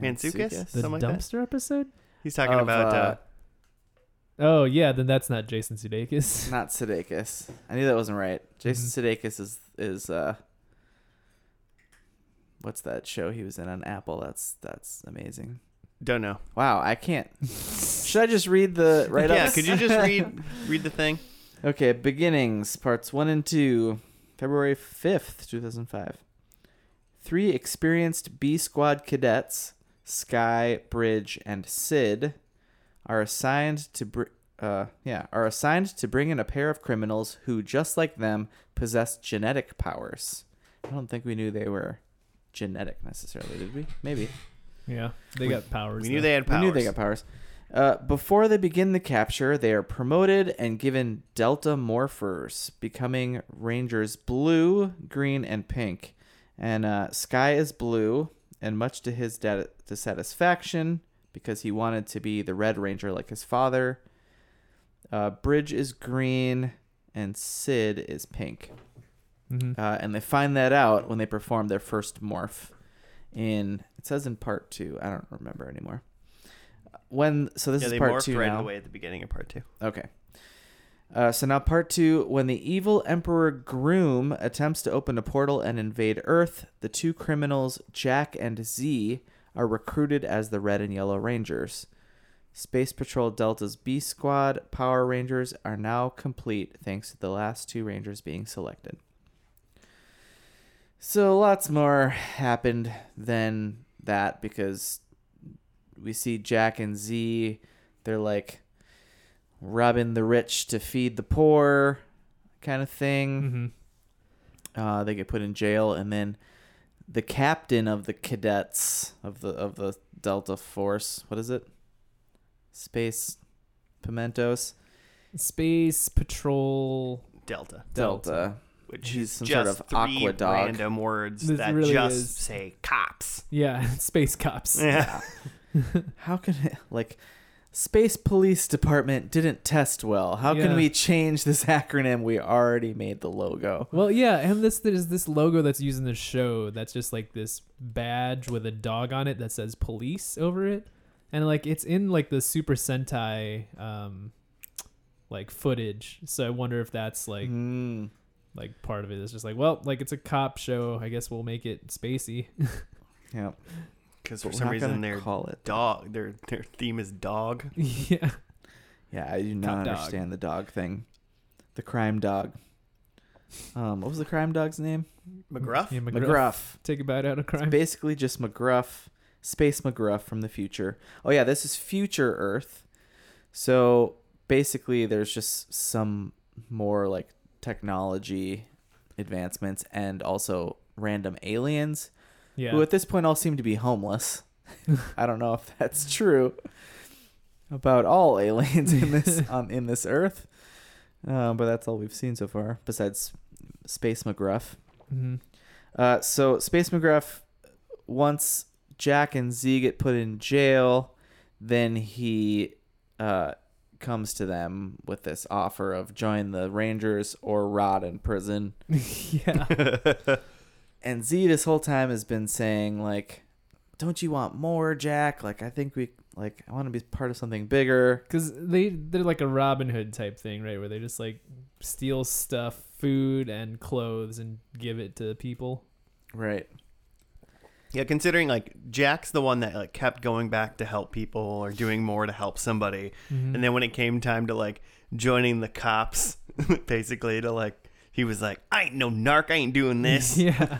S1: right? Manzukis?
S3: The
S1: Something like that?
S3: dumpster episode?
S1: He's talking
S2: Of,
S1: about uh,
S3: Oh yeah, then that's not Jason Sudeikis.
S2: not Sudeikis. I knew that wasn't right.
S1: Mm-hmm.
S2: Jason Sudeikis is is uh. What's that show he was in on Apple? That's that's amazing.
S1: don't know.
S2: Wow, I can't. <laughs> Should I just read the right
S1: yeah, could you just
S2: <laughs>
S1: read read the thing?
S2: Okay, beginnings, parts one and two, February 5th, 2005. Three experienced B squad cadets Sky, Bridge, and Sid are assigned to br- uh, yeah are assigned to bring in a pair of criminals who, just like them, possess genetic powers. I don't think we knew they were genetic necessarily, did we? Maybe.
S3: Yeah, they
S1: We-
S3: got powers.
S1: We knew
S3: though.
S1: they had powers.
S2: We knew they got powers. Uh, before they begin the capture, they are promoted and given Delta Morphers, becoming Rangers blue, green, and pink. And uh, Sky is blue, and much to his da- dissatisfaction, because he wanted to be the Red Ranger like his father. Uh, Bridge is green, and Sid is pink.
S3: Mhm.
S2: Uh, and they find that out when they perform their first morph in it says in part two. I don't remember anymore. When so this
S1: yeah,
S2: is
S1: they
S2: part
S1: morphed
S2: two
S1: right
S2: now.
S1: away at the beginning of part two.
S2: Okay. Uh, so now part two. When the evil Emperor Groom attempts to open a portal and invade Earth, the two criminals Jack and Z are recruited as the Red and Yellow Rangers. Space Patrol Delta's B Squad Power Rangers are now complete thanks to the last two Rangers being selected. So lots more happened than that because we see Jack and Z. They're like robbing the rich to feed the poor kind of thing.
S3: Mhm.
S2: Uh, they get put in jail, and then the captain of the cadets of the of the Delta Force. What is it? Space Pimentos
S3: Space Patrol.
S1: Delta,
S2: Delta.
S1: which
S2: He's
S1: is
S2: some sort
S1: just
S2: of
S1: three
S2: aqua dog.
S1: random words
S3: This
S1: that
S3: really
S1: just
S3: is.
S1: say cops.
S3: Yeah, <laughs> space cops.
S1: Yeah.
S2: How can it, <laughs> like Space Police Department didn't test well? How
S3: Yeah.
S2: can we change this acronym? We already made the logo.
S3: Well, yeah, and this there's this logo that's used in the show that's just like this badge with a dog on it that says police over it, and like it's in like the Super Sentai um like footage. So I wonder if that's like
S2: Mm.
S3: like part of it. It's just like well, like it's a cop show. I guess we'll make it spacey. <laughs>
S2: Yeah,
S1: Because
S2: But
S1: for
S2: we're
S1: some
S2: not
S1: reason
S2: gonna
S1: their
S2: call it.
S1: dog, their their theme is dog.
S3: yeah,
S2: Yeah, I do not
S3: dog.
S2: understand the dog thing. The crime dog. Um, what was the crime dog's name?
S3: Mm,
S1: McGruff.
S3: Yeah, McGruff.
S2: McGruff.
S3: Take a bite out of
S2: <laughs>
S3: crime.
S2: Basically, just McGruff, Space McGruff from the future. Oh yeah, this is future Earth. So basically, there's just some more like technology advancements and also random aliens
S3: yeah,
S2: who at this point all seem to be homeless. I don't know if that's true about all aliens in this on in this Earth, uh, but that's all we've seen so far. Besides Space McGruff,
S3: Mhm.
S2: uh, so Space McGruff, once Jack and Z get put in jail, then he uh, comes to them with this offer of join the Rangers or rot in prison.
S3: <laughs> yeah,
S2: And Z this whole time has been saying like, "Don't you want more, Jack? Like I think we like I want to be part of something bigger."
S3: because they they're like a Robin Hood type thing, right? Where they just like steal stuff, food and clothes, and give it to people.
S2: Right.
S1: <laughs> yeah, considering like Jack's the one that like kept going back to help people or doing more to help somebody,
S3: <laughs>
S1: and then when it came time to like joining the cops, <laughs> basically to like he was like, I ain't no narc, I ain't doing <laughs> this.
S3: Yeah.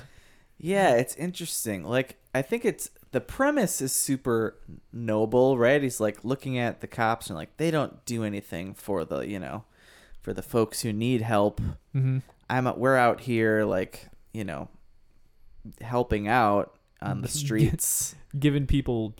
S2: Yeah, it's interesting. Like, I think it's the premise is super noble, right? He's like looking at the cops and like they don't do anything for the you know, for the folks who need help.
S3: Mm-hmm.
S2: I'm out, we're out here like you know, helping out on <laughs> the streets.
S3: Giving people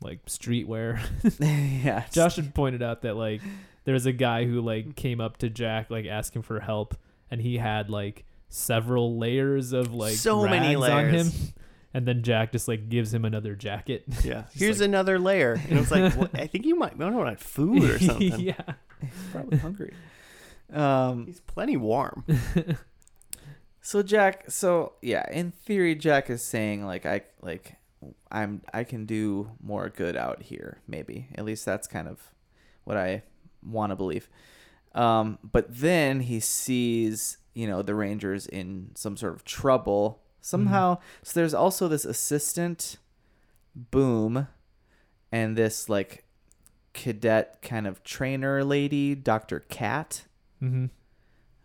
S3: like streetwear. <laughs>
S2: yeah, just-
S3: Josh had pointed out that like there's a guy who like came up to Jack like asking for help, and he had like several layers of like
S1: So many
S3: rags on
S1: layers.
S3: him, <laughs> and then Jack just like gives him another jacket.
S1: Yeah.
S3: Just
S1: Here's
S3: like-
S1: another layer. And it's like, what I think you might, I don't want food <laughs>
S3: <laughs>
S1: or something.
S3: yeah.
S2: probably hungry. <laughs> Um,
S1: He's plenty warm.
S2: So Jack, so yeah, in theory, Jack is saying like I like I'm I can do more good out here. Maybe at least that's kind of what I want to believe. Um, but then he sees you know the Rangers in some sort of trouble somehow.
S1: Mm-hmm.
S2: So there's also this assistant, Boom, and this like cadet kind of trainer lady, Doctor Cat,
S3: Mm-hmm.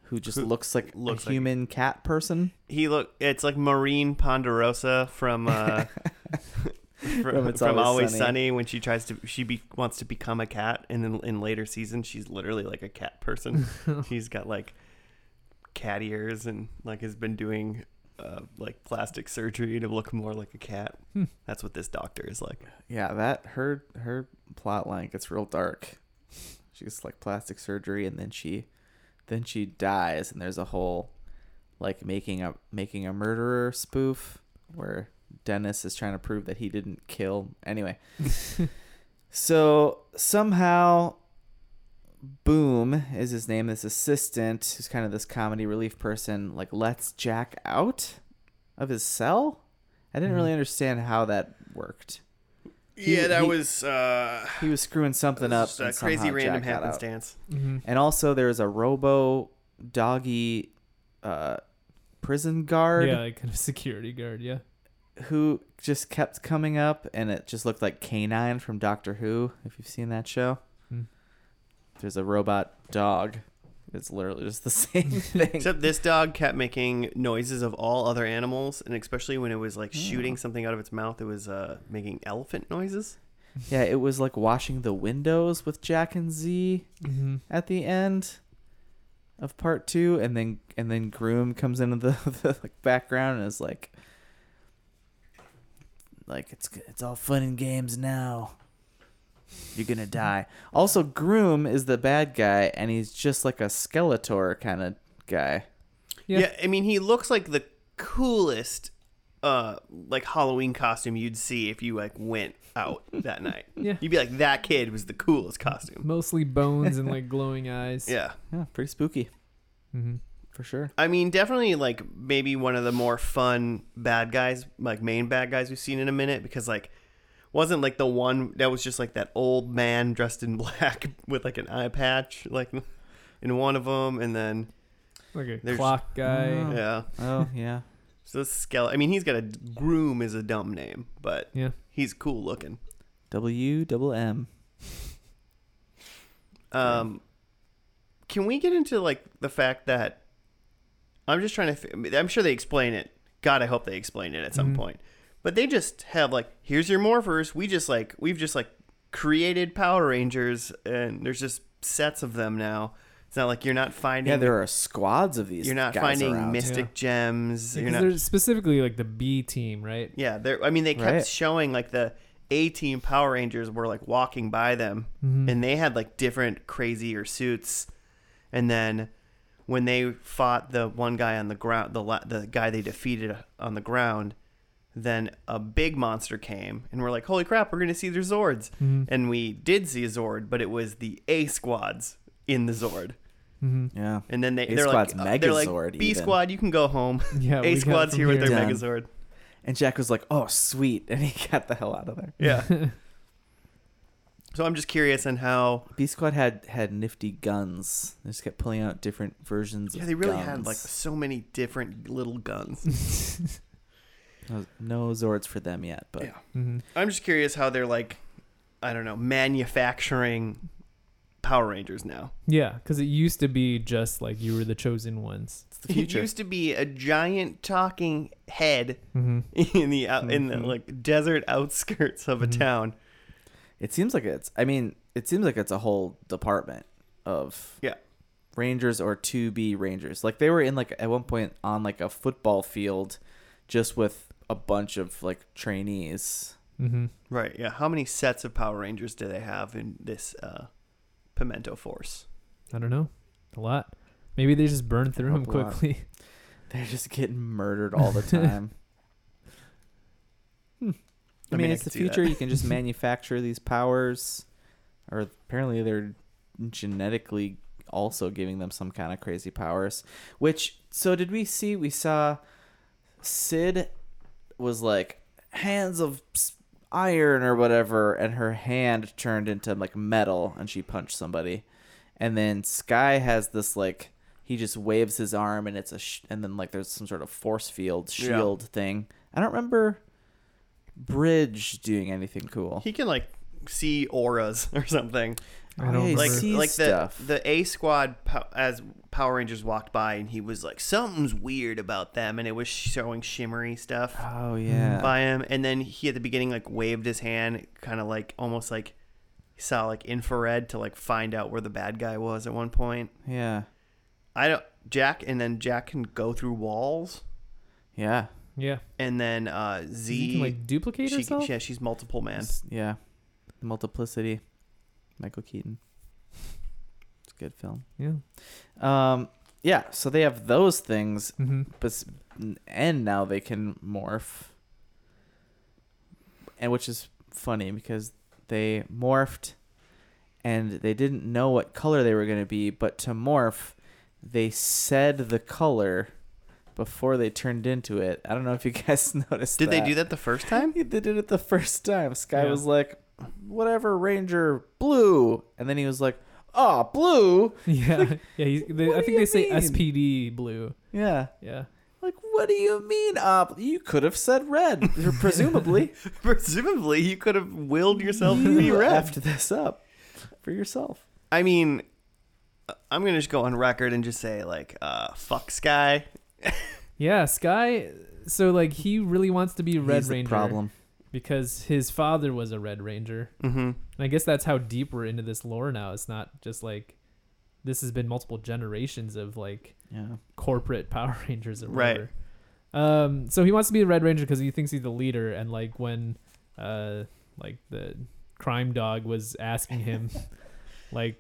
S2: who just
S1: Who
S2: looks like
S1: looks
S2: a
S1: like-
S2: human cat person. <laughs>
S1: He look, it's like Marine Ponderosa from uh, from,
S2: From It's
S1: from Always
S2: Always Sunny.
S1: Sunny. when she tries to she be, wants to become a cat, and in, in later seasons she's literally like a cat person.
S2: <laughs>
S1: She's got like cat ears and like has been doing uh, like plastic surgery to look more like a cat.
S3: Hmm.
S1: That's what this doctor is like.
S2: Yeah, that her her plot line gets real dark. She gets like plastic surgery and then she then she dies and there's a whole like making a making a murderer spoof where Dennis is trying to prove that he didn't kill anyway. so somehow Boom is his name, this assistant who's kind of this comedy relief person, like lets Jack out of his cell. I didn't
S3: Mhm.
S2: really understand how that worked He-
S1: yeah, that
S2: he-
S1: was uh,
S2: he was screwing something up.
S1: just
S2: and
S1: a crazy
S2: somehow
S1: random
S2: Jack got out.
S1: happenstance.
S3: Mhm.
S2: And also, there's a robo doggy uh, prison guard
S3: Yeah, like kind of security guard. Yeah.
S2: who just kept coming up, and it just looked like Canine from Doctor Who, if you've seen that show.
S3: Hmm.
S2: There's a robot dog. It's literally just the <laughs> same thing.
S1: Except this dog kept making noises of all other animals, and especially when it was like shooting something out of its mouth, it was uh, making elephant noises.
S2: yeah, it was like washing the windows with Jack and Z.
S3: Mm-hmm.
S2: at the end of part two, and then and then Groom comes into the, <laughs> the like, background and is like, like it's it's all fun and games now. You're gonna die. Also, Groom is the bad guy, and he's just like a Skeletor kind of guy.
S3: Yeah.
S1: Yeah. I mean, he looks like the coolest, uh, like Halloween costume you'd see if you like went out that night.
S3: Yeah.
S1: you'd be like, that kid was the coolest
S3: <laughs>
S1: costume.
S3: Mostly bones
S1: <laughs>
S3: and like glowing eyes.
S1: Yeah,
S2: Yeah, pretty spooky
S3: Mm-hmm.
S2: for sure.
S1: I mean, definitely like maybe one of the more fun bad guys, like main bad guys we've seen in a minute, because like wasn't like the one that was just like that old man dressed in <laughs> black with like an eye patch, like in one of them, and then
S3: Like a
S1: There's-
S3: clock guy.
S2: Oh.
S1: yeah,
S2: Oh <laughs> yeah,
S1: so skeleton. I mean, he's got a groom is a dumb name, but
S3: Yeah.
S1: he's cool looking.
S2: W double M.
S1: Um, can we get into like the fact that I'm just trying to? fi- I'm sure they explain it. God, I hope they explain it at some
S3: Mhm.
S2: Mm-hmm.
S1: point. But they just have like, here's your morphers. We just like we've just like created Power Rangers, and there's just sets of them now. It's not like you're not finding.
S2: Yeah, there are squads of these.
S1: you're not
S2: guys
S1: finding
S2: around.
S1: mystic
S3: Yeah.
S1: gems.
S3: Because
S1: You're not.
S3: they're specifically like the B team, right? <laughs>
S1: Yeah, there. I mean, they kept
S2: Right.
S1: showing like the A team Power Rangers were like walking by them,
S3: Mhm.
S1: and they had like different crazier suits. And then when they fought the one guy on the ground, the la- the guy they defeated uh, on the ground, then a big monster came, and we're like, "Holy crap, we're gonna see their Zords!"
S3: Mhm.
S1: And we did see a Zord, but it was the A squads in the Zord.
S3: Mhm.
S2: Yeah.
S1: And then they
S2: A
S1: they're like,
S2: squad's
S1: uh, they're like
S2: Megazord
S1: B
S2: even."
S1: squad, you can go home.
S3: Yeah. we
S1: A
S3: got
S1: squad's
S3: from
S1: here with their
S2: here. Done.
S1: Megazord.
S2: And Jack was like, "Oh, sweet," <laughs> and he got the hell out of there.
S1: Yeah.
S3: <laughs>
S1: so I'm just curious on how
S2: B Squad had had nifty guns. They just kept pulling out different versions.
S1: Yeah,
S2: of
S1: they really
S2: guns.
S1: had like so many different little guns.
S2: no, no Zords for them yet, but
S1: Yeah.
S3: Mhm.
S1: I'm just curious how they're like, I don't know, manufacturing Power Rangers now.
S3: Yeah, because it used to be just like you were the chosen ones.
S2: it's the future.
S1: <laughs> It used to be a giant talking head
S3: Mm-hmm.
S1: in the out, in the
S2: Mhm.
S1: like desert outskirts of a
S2: Mm-hmm.
S3: Mhm.
S1: town.
S2: it seems like it's. I mean, it seems like it's a whole department of
S1: Yeah.
S2: Rangers or to be Rangers. Like they were in like at one point on like a football field, just with a bunch of like trainees.
S3: Mm-hmm.
S1: Right. Yeah. How many sets of Power Rangers do they have in this uh, Pimento Force?
S3: I don't know. A lot. Maybe they just burned through them
S2: Up a lot.
S3: quickly. <laughs>
S2: They're just getting murdered all the <laughs> time. I, mean,
S1: I
S2: it's
S1: could
S2: the
S1: see that.
S2: future. You can <laughs> just manufacture these powers, or apparently they're genetically also giving them some kind of crazy powers. Which so did we see? We saw Sid was like hands of s- iron or whatever, and her hand turned into like metal, and she punched somebody. And then Sky has this like he just waves his arm, and it's a sh- and then like there's some sort of force field
S1: Yeah.
S2: shield thing. I don't remember Bridge doing anything cool.
S1: He can like see auras <laughs> or something.
S3: I don't
S2: I
S1: Like
S3: remember.
S2: see
S1: like the
S2: stuff.
S1: the A squad po- as Power Rangers walked by and he was like something's weird about them and it was showing shimmery stuff
S2: Oh
S1: Mm,
S2: yeah.
S1: by him and then he at the beginning like waved his hand kind of like almost like he saw like infrared to like find out where the bad guy was at one point.
S2: Yeah.
S1: I don't Jack and then Jack can go through walls
S2: Yeah.
S3: yeah.
S1: and then uh
S3: You
S1: Z
S3: can like duplicate
S1: she,
S3: herself.
S1: yeah, she's multiple man.
S2: S- Yeah. Multiplicity. Michael Keaton. It's a good film.
S3: Yeah.
S2: Um yeah, so they have those things
S3: hmm
S2: but s- and now they can morph. And which is funny because they morphed and they didn't know what color they were going to be, but to morph they said the color before they turned into it. I don't know if you <laughs> guys noticed
S1: Did
S2: that.
S1: they do that the first
S2: <laughs>
S1: time? <laughs>
S2: He did it the first time. Sky
S3: Yeah.
S2: was like, whatever, Ranger, blue. And then he was like, ah, blue.
S3: <laughs>
S1: <laughs>
S3: Yeah. Yeah. He's, they,
S2: what
S3: I
S2: do
S3: think
S2: you
S3: they say
S2: mean?
S3: SPD blue.
S2: Yeah.
S3: Yeah.
S2: Like, what do you mean, ah, bl- you could have said red, <laughs> presumably.
S1: Presumably, you could have willed yourself to be
S2: You
S1: red.
S2: effed this up for yourself.
S1: I mean, I'm gonna just go on record and just say like, uh, fuck Sky.
S3: Yeah. Sky. So like he really wants to be Red
S2: He's the
S3: Ranger
S2: problem.
S3: because his father was a Red Ranger,
S1: Mm-hmm.
S3: and I guess that's how deep we're into this lore now. It's not just like this has been multiple generations of like
S2: Yeah.
S3: corporate <laughs> Power Rangers or
S1: Right.
S3: whatever. Um, so he wants to be the Red Ranger because he thinks he's the leader. And like when, uh, like the crime dog was
S1: <laughs>
S3: asking him, like,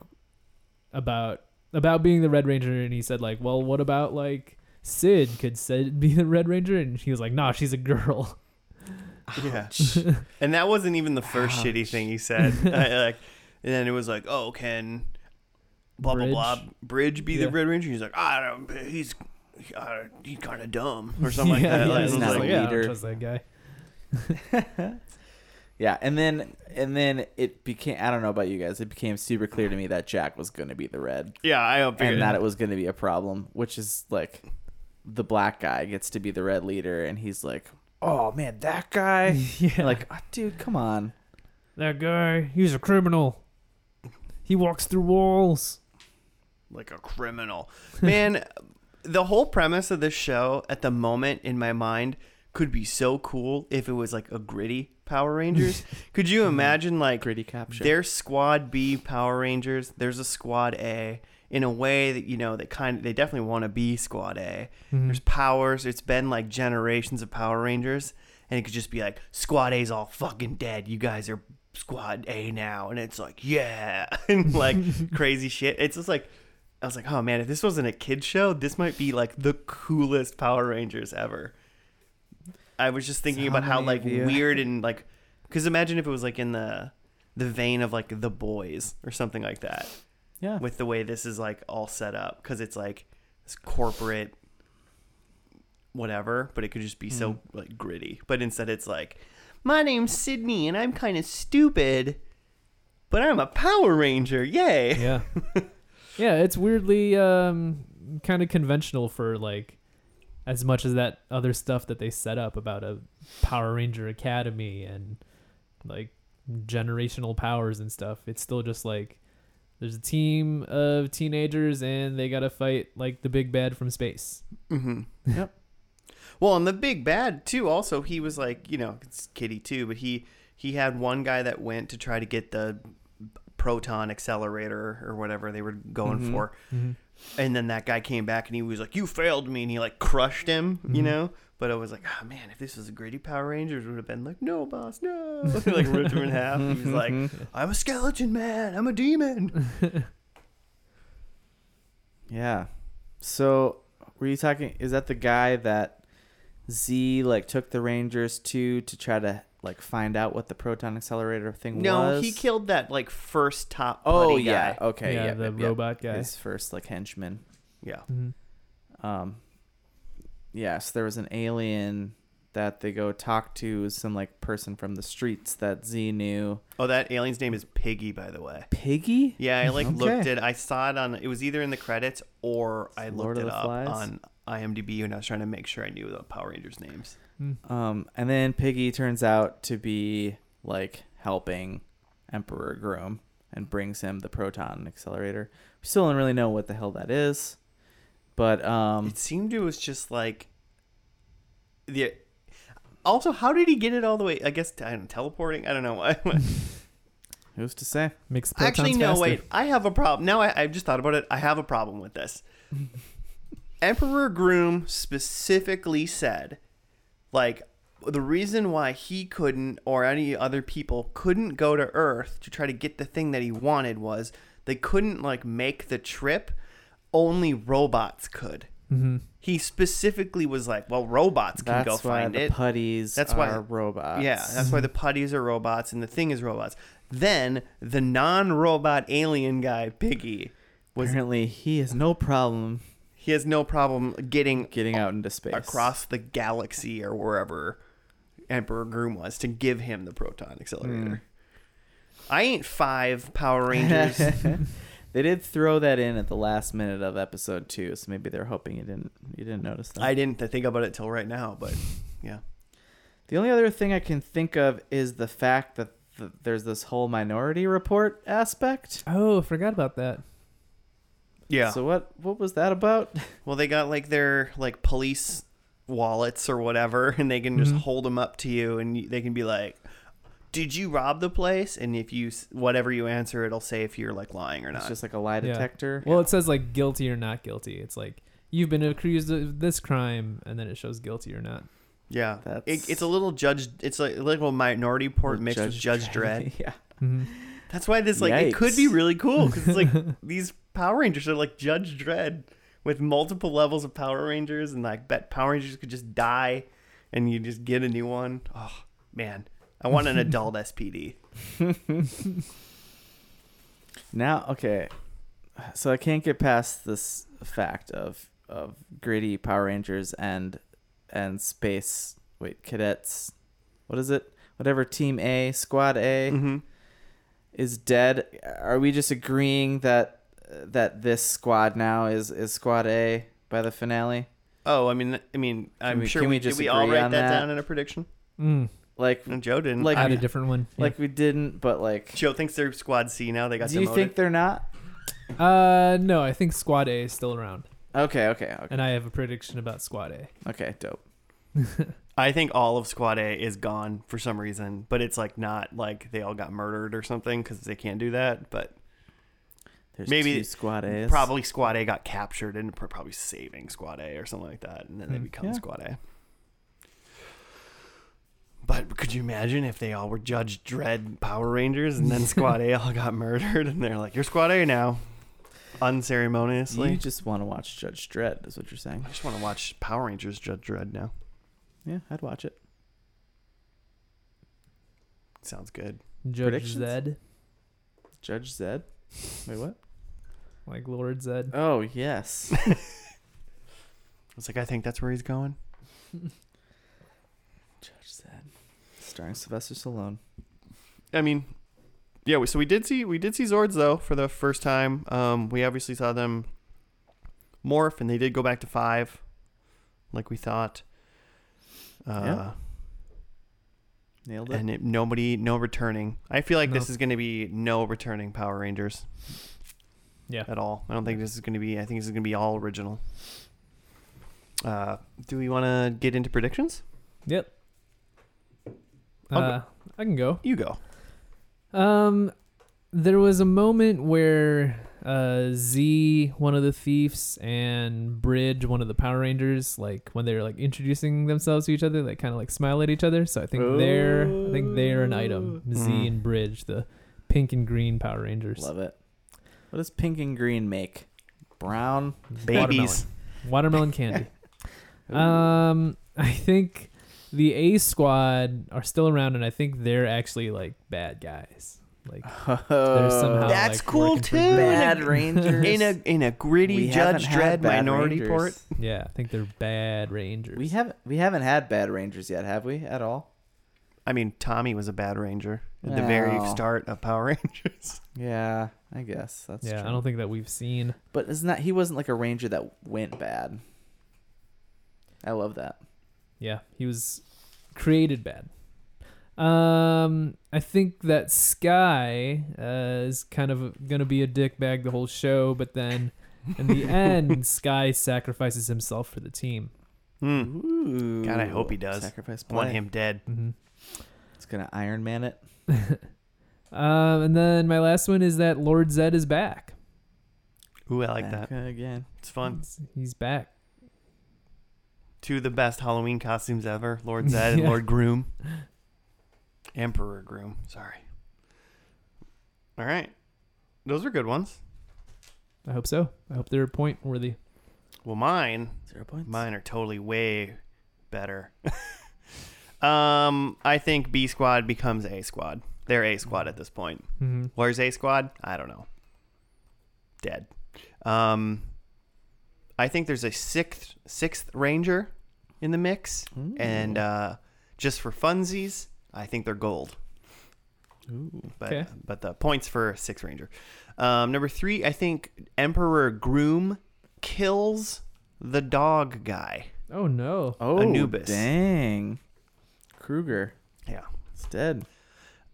S3: about about being the Red Ranger, and he said like, well, what about like Sid? Could Sid be the Red Ranger? And he was like, nah, she's a girl.
S1: Yeah.
S2: <laughs>
S1: and that wasn't even the first shitty thing he
S3: <laughs>
S1: said. I, like, and then it was like, oh, can blah blah blah
S3: Bridge?
S1: Bridge be
S3: Yeah.
S1: the Red Ranger? He's like, I don't. He's uh, he's kind of dumb or
S3: <laughs>
S1: something
S3: Yeah,
S1: like that.
S3: yeah,
S1: Like,
S3: he's
S1: it was
S2: not
S3: just
S1: like,
S2: a
S3: like, yeah, I don't
S2: leader.
S3: trust that
S1: <laughs>
S3: guy. <laughs>
S2: Yeah, and then and then it became I don't know about you guys, it became super clear to me that Jack was going to be the red
S1: yeah, I hope
S2: and
S1: you're-
S2: that it was going to be a problem, which is like the black guy gets to be the red leader, and he's like, "Oh man, that guy!" <laughs>
S3: yeah,
S2: like, "Ah, dude, come on,
S3: that guy. He's a criminal. He walks through walls.
S1: like a criminal. Man, <laughs> the whole premise of this show at the moment in my mind could be so cool if it was like a gritty Power Rangers. could you imagine like
S2: gritty capture."
S1: there's squad B Power Rangers, there's a squad A in a way that you know they kind of they definitely want to be squad A. There's powers, it's been like generations of Power Rangers and it could just be like squad A's all fucking dead. You guys are squad A now and it's like yeah <laughs> and like crazy shit. It's just like I was like, "Oh man, if this wasn't a kid show, this might be like the coolest Power Rangers ever." I was just thinking
S2: So
S1: about how
S2: many
S1: like
S2: of you-
S1: weird and like because imagine if it was like in the the vein of like the boys or something like that
S2: yeah,
S1: with the way this is like all set up because it's like this corporate whatever but it could just be so
S2: Mm-hmm.
S1: like gritty but instead it's like my name's sydney and i'm kind of stupid but i'm a power ranger yay
S3: yeah <laughs> yeah it's weirdly um kind of conventional for like as much as that other stuff that they set up about a power ranger academy and like generational powers and stuff it's still just like there's a team of teenagers and they gotta fight like the big bad from space
S1: hmm
S2: Yep.
S1: well and the big bad too also he was like you know it's kitty too but he he had one guy that went to try to get the proton accelerator or whatever they were going
S2: Mhm.
S1: for and then that guy came back and he was like, "You failed me," and he like crushed him,
S2: Mm-hmm.
S1: you know. But I was like, "Oh man, if this was a gritty Power Rangers, would have been like, no, boss, no!" <laughs> like ripped him in half. He was like,
S2: Mm-hmm.
S1: "I'm a skeleton man. I'm a
S2: <laughs>
S1: demon."
S2: yeah. So, were you talking? Is that the guy that Z like took the Rangers to to try to like find out what the proton accelerator thing was?
S1: no, he killed that like first top.
S2: Oh
S1: buddy
S2: yeah,
S1: guy.
S2: okay,
S3: yeah,
S2: yeah,
S3: the
S2: yeah.
S3: robot guy
S2: His first like henchman.
S1: yeah.
S3: Mhm.
S2: Um, yeah, so there was an alien that they go talk to, some like person from the streets that Z knew.
S1: Oh, that alien's name is Piggy, by the way.
S2: Piggy?
S1: Yeah, I like
S2: Okay.
S1: looked it. I saw it on. It was either in the credits or I looked
S2: Lord of
S1: it
S2: the
S1: up
S2: Flies?
S1: on IMDb, and I was trying to make sure I knew the Power Rangers names.
S2: Um, and then Piggy turns out to be like helping Emperor Grom and brings him the proton accelerator. We still don't really know what the hell that is, but um,
S1: It seemed it was just like the. Also, how did he get it all the way? I guess I don't, teleporting. I don't know. <laughs>
S2: who's to say?
S3: Makes the
S1: Actually,
S3: protons
S1: no. Wait,
S3: faster.
S1: I have a problem. Now I, I've just thought about it. I have a problem with
S2: <laughs>
S1: this. Emperor Groom specifically said, like, the reason why he couldn't or any other people couldn't go to Earth to try to get the thing that he wanted was they couldn't like make the trip. Only robots could.
S3: Mm-hmm.
S1: He specifically was like, well, robots can
S2: That's
S1: go
S2: why
S1: find
S2: the
S1: it.
S2: putties
S1: That's
S2: are
S1: why-
S2: robots.
S1: Yeah, that's why the putties are robots and the thing is robots. Then the non-robot alien guy, Piggy, was
S2: Apparently, he has no problem
S1: he has no problem getting
S2: getting out into space. <laughs>
S1: across the galaxy or wherever Emperor Groom was to give him the proton accelerator. I ain't five Power
S2: <laughs>
S1: Rangers.
S2: they did throw that in at the last minute of episode two, so maybe they're hoping you didn't you didn't notice that.
S1: I didn't think about it till right now, but yeah.
S2: the only other thing I can think of is the fact that th- there's this whole minority report aspect.
S3: Oh, I forgot about that.
S1: Yeah.
S2: So what what was that about? <laughs>
S1: Well, they got like their like police wallets or whatever, and they can just
S3: Mhm.
S1: hold them up to you, and you- they can be like, "Did you rob the place?" And if you s- whatever you answer, it'll say if you're like lying or
S2: It's
S1: not.
S2: just like a lie
S3: Yeah.
S2: detector.
S3: Well, it says like guilty or not guilty. It's like you've been accused of this crime, and then it shows guilty or not.
S1: yeah,
S2: That's-
S1: it, it's a little judge. It's like a little minority report mixed with Judge Dredd.
S2: <laughs> Yeah.
S3: Mm-hmm.
S1: That's why this like it could be
S2: Yikes.
S1: really cool because it's like these Power Rangers are like Judge Dredd with multiple levels of Power Rangers, and like bet Power Rangers could just die, and you just get a new one. Oh man, I want an adult SPD.
S2: Now, okay. So I can't get past this fact of of gritty Power Rangers and and space wait, cadets. What is it? Whatever team A, squad A
S1: Mhm.
S2: is dead. Are we just agreeing that that this squad now is is squad A by the finale?
S1: Oh, I mean, I mean, I'm
S2: we-
S1: sure
S2: can
S1: we,
S2: we just
S1: did we all
S2: agree
S1: write that,
S2: on that?
S1: down in a prediction.
S3: Mm.
S2: Like
S1: No, Joe didn't.
S2: Like-
S1: Like,
S3: I had a
S2: mean-
S3: different one. Yeah.
S2: like we didn't, but like
S1: Joe thinks they're Squad C now. They got
S2: do you
S1: demoted.
S2: think they're not?
S3: uh, no, I think Squad A is still around,
S2: Okay, okay, okay.
S3: and I have a prediction about Squad A.
S2: Okay, dope.
S1: I think all of Squad A is gone for some reason, but it's like not like they all got murdered or something because they can't do that. But
S2: There's
S1: Maybe-
S2: two squad A's.
S1: Probably Squad A got captured and pro- probably saving Squad A or something like that, and then they
S3: Hmm.
S1: become
S2: Yeah.
S1: Squad A. But could you imagine if they all were Judge Dredd Power Rangers
S2: <laughs>
S1: and then Squad A all got murdered and they're like, "You're Squad A now," unceremoniously?
S2: You just want to watch Judge Dredd, is what you're saying.
S1: I just want to watch Power Rangers Judge Dredd now.
S2: Yeah, I'd watch it.
S1: Sounds good.
S3: Judge
S2: Predictions?
S3: Zed,
S2: Judge Zed. Wait, what?
S3: like Lord Zed.
S2: Oh yes.
S1: I was like, I think that's where he's going.
S2: Judge Zed, <laughs> starring Sylvester Stallone.
S1: I mean, yeah. we- So we did see we did see Zords though for the first time. Um, we obviously saw them morph, and they did go back to five, like we thought. Uh,
S2: Nailed it.
S1: And it, nobody, no returning. I feel like this
S3: No.
S1: is going to be no returning Power Rangers
S3: Yeah.
S1: at all. I don't think this is going to be. I think this is going to be all original. Uh, do we want to get into predictions?
S3: Yep.
S1: I'll go.
S3: Uh, I can go.
S1: You go.
S3: Um, there was a moment where uh, Z, one of the thieves, and Bridge, one of the Power Rangers, like when they were like introducing themselves to each other, they kind of like smile at each other. So I think they're, I think they're an item. Z
S1: Mm.
S3: and Bridge, the pink and green Power Rangers.
S2: Love it. What does pink and green make? Brown.
S1: Babies.
S3: Watermelon candy. um, I think the A squad are still around, and I think they're actually like bad guys. Like they're somehow
S1: That's
S3: like,
S1: cool,
S3: working for
S1: too.
S3: good.
S2: bad <laughs> Rangers.
S1: In a in a gritty
S2: We haven't
S1: Judge
S2: had
S1: Dredd
S2: Bad
S1: minority
S2: Rangers.
S1: port.
S3: Yeah, I think they're bad Rangers.
S2: We haven't we haven't had bad Rangers yet, have we? At all?
S1: I mean, Tommy was a bad ranger at the very
S2: Wow.
S1: start of Power <laughs> Rangers.
S2: Yeah, I guess that's
S3: yeah,
S2: true.
S3: I don't think that we've seen.
S2: But isn't that he wasn't like a ranger that went bad? I love that.
S3: Yeah, he was created bad. Um, I think that Sky uh, is kind of gonna be a dickbag the whole show, but then in the end, Sky sacrifices himself for the team.
S1: Hmm.
S2: <laughs> Ooh.
S1: God, I hope he does.
S2: Sacrifice
S1: I want
S2: play.
S1: him dead.
S3: hmm
S2: It's gonna Iron Man it.
S3: Um, and then my last one is that Lord Zed is back.
S1: Ooh, I like that.
S2: again.
S1: It's fun.
S3: He's, he's back.
S1: Two of the best Halloween costumes ever Lord Zed and
S3: Yeah.
S1: Lord Groom. Emperor Groom. Sorry. All right. Those are good ones.
S3: I hope so. I hope they're point worthy.
S1: Well, mine
S2: Zero points.
S1: Mine are totally way better. <laughs> um, I think B squad becomes A squad. They're A squad at this point.
S3: Mm-hmm.
S1: Where's A squad? I don't know. Dead. Um, I think there's a sixth sixth ranger in the mix,
S2: Ooh.
S1: and uh, just for funsies, I think they're gold.
S2: Ooh.
S1: But
S3: Okay.
S1: but the points for sixth ranger. Um, number three, I think Emperor Groom kills the dog guy.
S3: Oh no.
S2: Oh,
S1: Anubis.
S2: Dang. Kruger.
S1: Yeah.
S2: It's dead.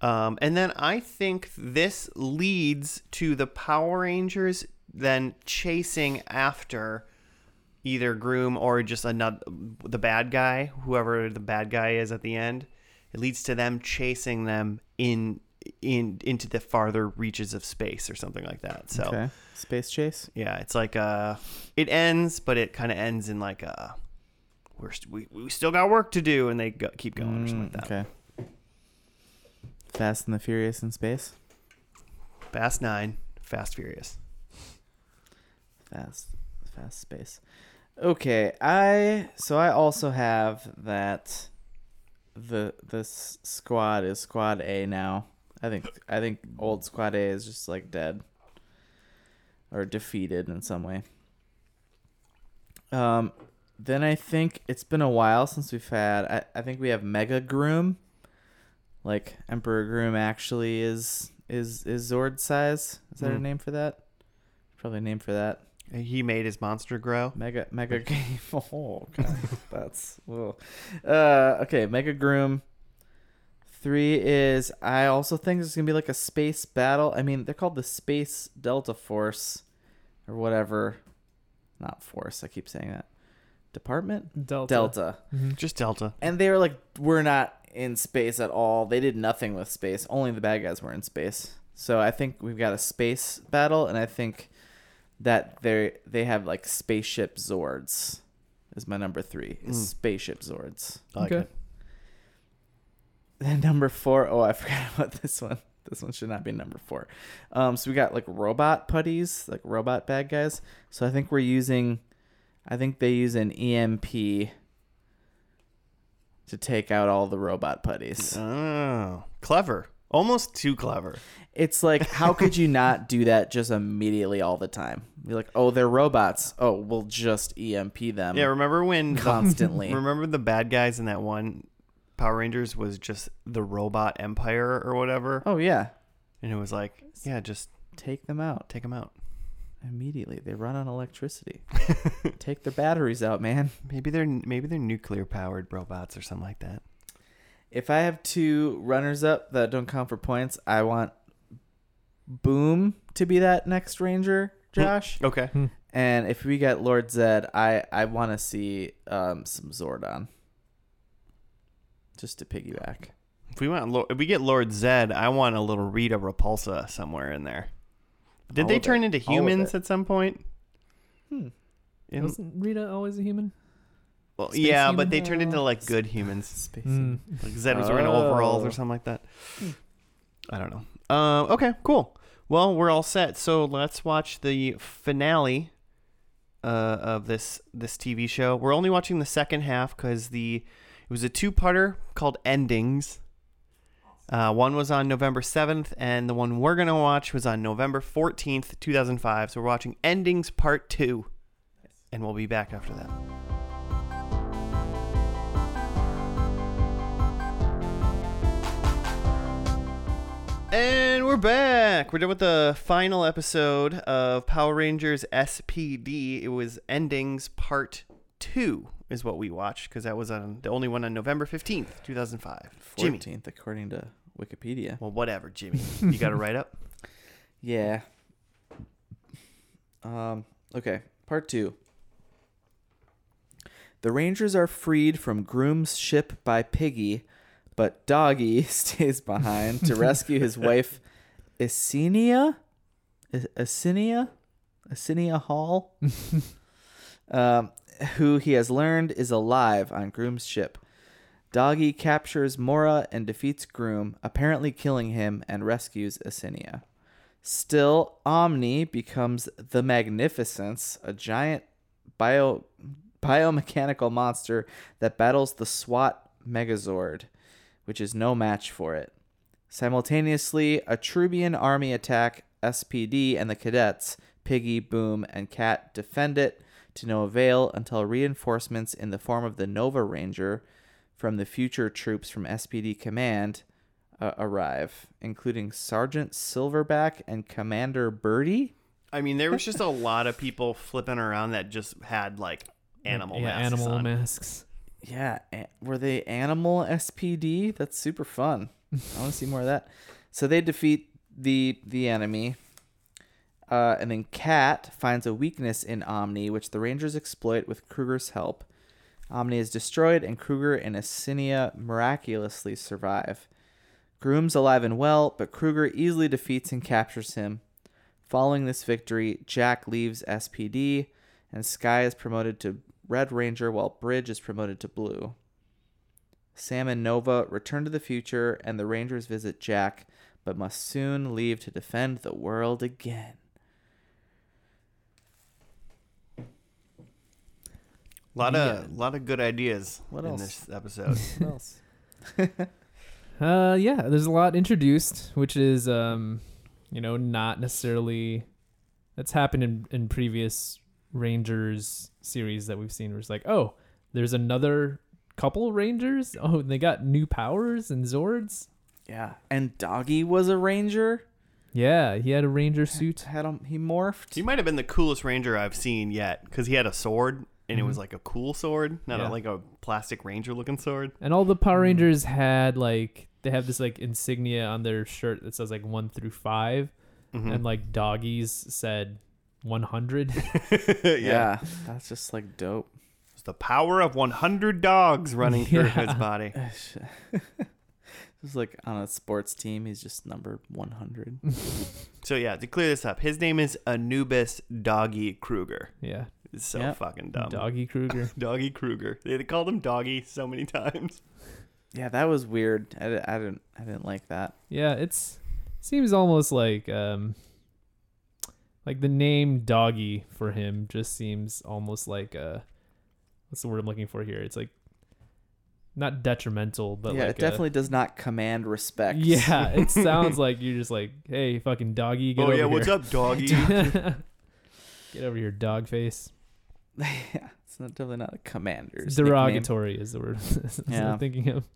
S1: Um, and then I think this leads to the Power Rangers then chasing after either Groom or just another the bad guy, whoever the bad guy is at the end. It leads to them chasing them in in into the farther reaches of space or something like that. So
S2: Okay. Space chase.
S1: yeah, it's like uh, it ends, but it kind of ends in like a we're st- we, we still got work to do, and they go, keep going or something like that.
S2: Mm, Okay. Fast and the Furious in space.
S1: Fast Nine, Fast Furious.
S2: Fast, fast space. Okay, I so I also have that. The this squad is squad A now. I think I think old squad A is just like dead or defeated in some way. Um, then I think it's been a while since we've had. I, I think we have Mega Groom. Like Emperor Groom actually is is is Zord size. Is that a
S1: Mm.
S2: name for that? Probably a name for that.
S1: He made his monster grow.
S2: Mega Mega Game. <laughs> Oh god, that's whoa. Uh, okay, Mega Groom. Three is I also think there's gonna be like a space battle. I mean, they're called the Space Delta Force, or whatever. Not force. I keep saying that. Department
S3: Delta.
S2: Delta.
S3: Mhm.
S1: Just Delta.
S2: And they were like, we're not in space at all. They did nothing with space. Only the bad guys were in space. So I think we've got a space battle, and I think that they they have like spaceship Zords. Is my number three is
S1: Mm.
S2: spaceship Zords.
S1: I like
S3: Okay.
S1: it.
S2: <laughs> Then number four, oh, I forgot <laughs> about this one. This one should not be number four. Um, so we got like robot putties, like robot bad guys. So I think we're using, I think they use an E EMP to take out all the robot putties.
S1: Oh, clever. Almost too clever.
S2: It's like, how could you not do that just immediately all the time? You're like, oh, they're robots. Oh, we'll just EMP them
S1: Yeah, remember when the, <laughs>
S2: <laughs> constantly.
S1: remember the bad guys in that one Power Rangers was just the robot empire or whatever,
S2: oh, yeah.
S1: and it was like, yeah, just
S2: Take them out
S1: take them out.
S2: immediately. They run
S1: <laughs>
S2: on electricity. take their batteries out, man.
S1: Maybe they're maybe they're nuclear powered robots or something like that.
S2: If I have two runners up that don't count for points, I want Boom to be that next Ranger, Josh.
S1: Okay.
S2: and if we get Lord Zed, I I want to see um, some Zordon. Just to piggyback.
S1: If we want, Lo- if we get Lord Zed, I want a little Rita Repulsa somewhere in there. Did
S2: All
S1: they
S2: of
S1: turn
S2: it.
S1: into
S2: All of
S1: humans
S2: it.
S1: at some point?
S2: Hmm.
S1: In-
S3: Wasn't Rita always a human?
S1: well,
S3: space
S1: yeah,
S3: human?
S1: but they turned into
S2: Uh,
S1: like good humans.
S2: Space.
S3: Mm.
S1: Like Zed was wearing overalls
S2: Oh.
S1: or something like that. I don't know. Uh, okay, cool. Well, we're all set. So let's watch the finale uh, of this this TV show. We're only watching the second half because the it was a two parter called Endings. Uh, one was on November 7th, and the one we're going to watch was on November 14th, 2005. So we're watching Endings Part 2, and we'll be back after that. And we're back. We're done with the final episode of Power Rangers SPD. It was Endings Part 2 is what we watched because that was on the only one on November 15th, 2005. Jimmy.
S2: 14th, according to Wikipedia.
S1: Well, whatever,
S3: <laughs>
S1: Jimmy. You got to write up?
S2: Yeah. Um, okay, part two. The Rangers are freed from Groom's ship by Piggy, but Doggy <laughs> stays behind to rescue his wife, Isinia? Is- Isinia? Isinia Hall? um, who he has learned is alive on Groom's ship. Doggy captures Mora and defeats Groom, apparently killing him, and rescues Isinia. Still, Omni becomes the Magnificence, a giant bio biomechanical monster that battles the SWAT Megazord, which is no match for it. Simultaneously, a Trubian army attack SPD and the cadets, Piggy, Boom, and Cat defend it to no avail until reinforcements in the form of the Nova Ranger from the future troops from SPD Command uh, arrive, including Sergeant Silverback and Commander Birdie.
S1: I mean, there was just a lot of people flipping around that just had like animal
S3: yeah,
S1: masks
S3: animal
S1: on.
S3: masks.
S2: Yeah, a- were they animal SPD? That's super fun. I want to see more of that. So they defeat the the enemy, uh, and then Cat finds a weakness in Omni, which the Rangers exploit with Kruger's help. Omni is destroyed, and Kruger and Asinia miraculously survive. Groom's alive and well, but Kruger easily defeats and captures him. Following this victory, Jack leaves SPD, and Sky is promoted to Red Ranger while Bridge is promoted to Blue. Sam and Nova return to the future, and the Rangers visit Jack, but must soon leave to defend the world again.
S1: A lot of lot of good ideas
S2: What
S1: in
S2: else?
S1: this
S3: <laughs>
S1: episode. <laughs>
S2: What else?
S3: Uh, yeah, there's a lot introduced, which is um, you know, not necessarily that's happened in, in previous Rangers series that we've seen where it's like, oh, there's another couple Rangers? <laughs> Oh, and they got new powers and Zords?
S2: yeah, and Doggy was a Ranger.
S3: Yeah, he had a Ranger suit.
S2: Had him, he morphed.
S1: he might have been the coolest ranger I've seen yet because he had a sword and it was like a cool sword, not
S3: Mm-hmm. Yeah.
S1: a, like a plastic ranger looking sword.
S3: And all the Power
S1: Hmm.
S3: Rangers had like they have this like insignia on their shirt that says like one through 5
S1: Mm-hmm. <laughs>
S3: and like doggies said one hundred. <laughs>
S1: yeah.
S2: yeah, that's just like dope. <laughs>
S1: It's the power of 100 dogs running
S3: <laughs>
S1: through
S3: Yeah.
S1: his body.
S2: It's like on a sports team, he's just number one
S3: <laughs>
S2: hundred.
S1: So yeah, to clear this up, his name is Anubis Doggy Kruger.
S3: yeah.
S1: It's so
S2: Yep.
S1: fucking dumb.
S3: Doggy Kruger.
S1: Doggy Kruger. They they called him Doggy so many times.
S2: Yeah, that was weird. I, di- I didn't. I didn't like that.
S3: Yeah, it's seems almost like um like the name Doggy for him just seems almost like uh what's the word I'm looking for here? It's like not detrimental, but
S2: yeah,
S3: like
S2: it
S3: a- <laughs>
S2: definitely does not command respect.
S3: yeah, it sounds like you're just like, hey, fucking doggy, get
S1: oh
S3: over
S1: yeah, what's
S3: <laughs> here.
S1: up, Doggy?
S3: get over here, dog face.
S2: yeah, it's not, definitely not a commander's nickname.
S3: Derogatory is the word <laughs> that's what
S2: Yeah.
S3: I'm thinking of.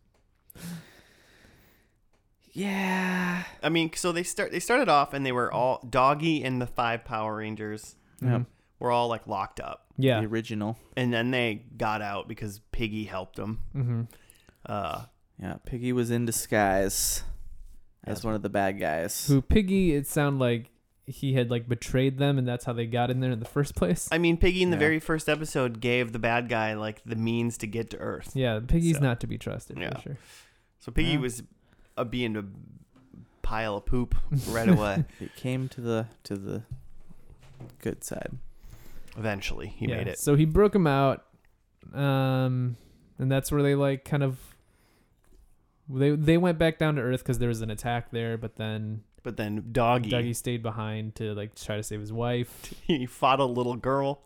S2: Yeah.
S1: I mean, so they start they started off and they were all Doggy and the five Power Rangers
S2: Yeah.
S3: Mhm.
S1: were all like locked up,
S3: Yeah.
S2: The original.
S1: and then they got out because Piggy helped them.
S3: Mm-hmm.
S1: Uh,
S2: Yeah, Piggy was in disguise as
S1: Yes.
S2: one of the bad guys.
S3: Who Piggy, it sounded like he had like betrayed them and that's how they got in there in the first place.
S1: I mean, Piggy in the
S2: Yeah.
S1: very first episode gave the bad guy like the means to get to Earth.
S3: Yeah, Piggy's
S1: So-
S3: not to be trusted
S1: Yeah.
S3: for sure.
S1: So Piggy
S2: Yeah.
S1: was a being a pile of poop right
S2: <laughs>
S1: away.
S2: He came to the to the good side.
S1: Eventually, he
S3: yeah.
S1: made it.
S3: So he broke him out, um, and that's where they like kind of they they went back down to earth because there was an attack there, but then
S1: But then Doggy,
S3: Dougie stayed behind to like try to save his wife.
S1: <laughs> he fought a little girl.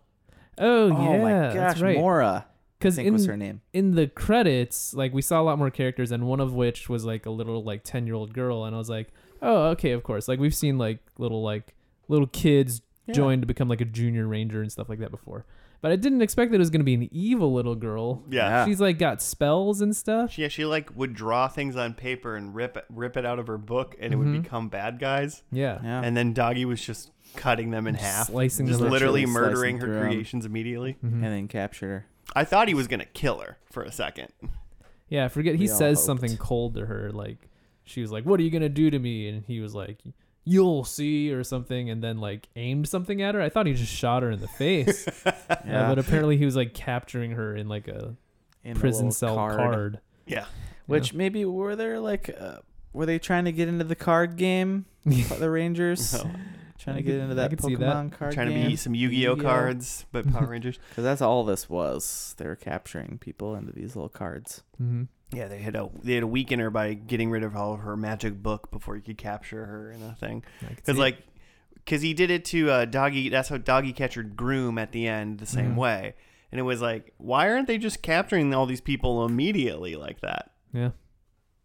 S3: Oh, yeah,
S2: oh my gosh,
S3: that's right.
S2: Mora. I
S3: Because
S2: think
S3: in
S2: was her name.
S3: in the credits, like we saw a lot more characters, and one of which was like a little like ten year old girl, and I was like, oh okay, of course. Like we've seen like little like little kids
S2: Yeah.
S3: join to become like a junior ranger and stuff like that before. But I didn't expect that it was gonna be an evil little girl.
S1: Yeah.
S3: She's like got spells and stuff.
S1: She, yeah, she like would draw things on paper and rip rip it out of her book, and it
S3: Mhm.
S1: would become bad guys.
S3: Yeah.
S2: Mm-hmm. Yeah.
S1: And then Doggy was just cutting them in half,
S3: Slicing
S1: just
S3: them.
S1: literally
S2: Literally
S1: murdering
S2: slicing
S1: her
S2: through 'em. Mm-hmm.
S1: creations immediately.
S3: Mhm. <laughs>
S2: And then captured her.
S1: I thought he was gonna kill her for a second. <laughs>
S3: Yeah, I forget. He
S2: We all
S3: says
S2: hoped.
S3: something cold to her, like she was like, "What are you gonna do to me?" And he was like, "You'll see," or something, and then like aimed something at her. I thought he just shot her in the face, Uh,
S2: Yeah.
S3: but apparently he was like capturing her in like a
S2: In a
S3: prison
S2: little
S3: cell card.
S1: Yeah.
S2: Which maybe were there like, uh, were they trying to get into the card
S3: <laughs>
S2: game? the Rangers
S1: So,
S2: trying
S3: I
S2: to get
S3: could-
S2: into
S3: I
S2: that
S3: could see that.
S2: Pokemon card
S1: trying to
S2: game.
S1: be some Yu-Gi-Oh cards, but
S2: <laughs>
S1: Power Rangers.
S2: Because that's all this was. They were capturing people into these little cards.
S3: hmm
S1: Yeah, they had a they had to weaken her by getting rid of all of her magic book before you could capture her and a thing. Because like, because he did it to uh, doggy. That's how doggy catcher groom at the end the same
S3: Mhm.
S1: way. And it was like, why aren't they just capturing all these people immediately like that?
S3: Yeah.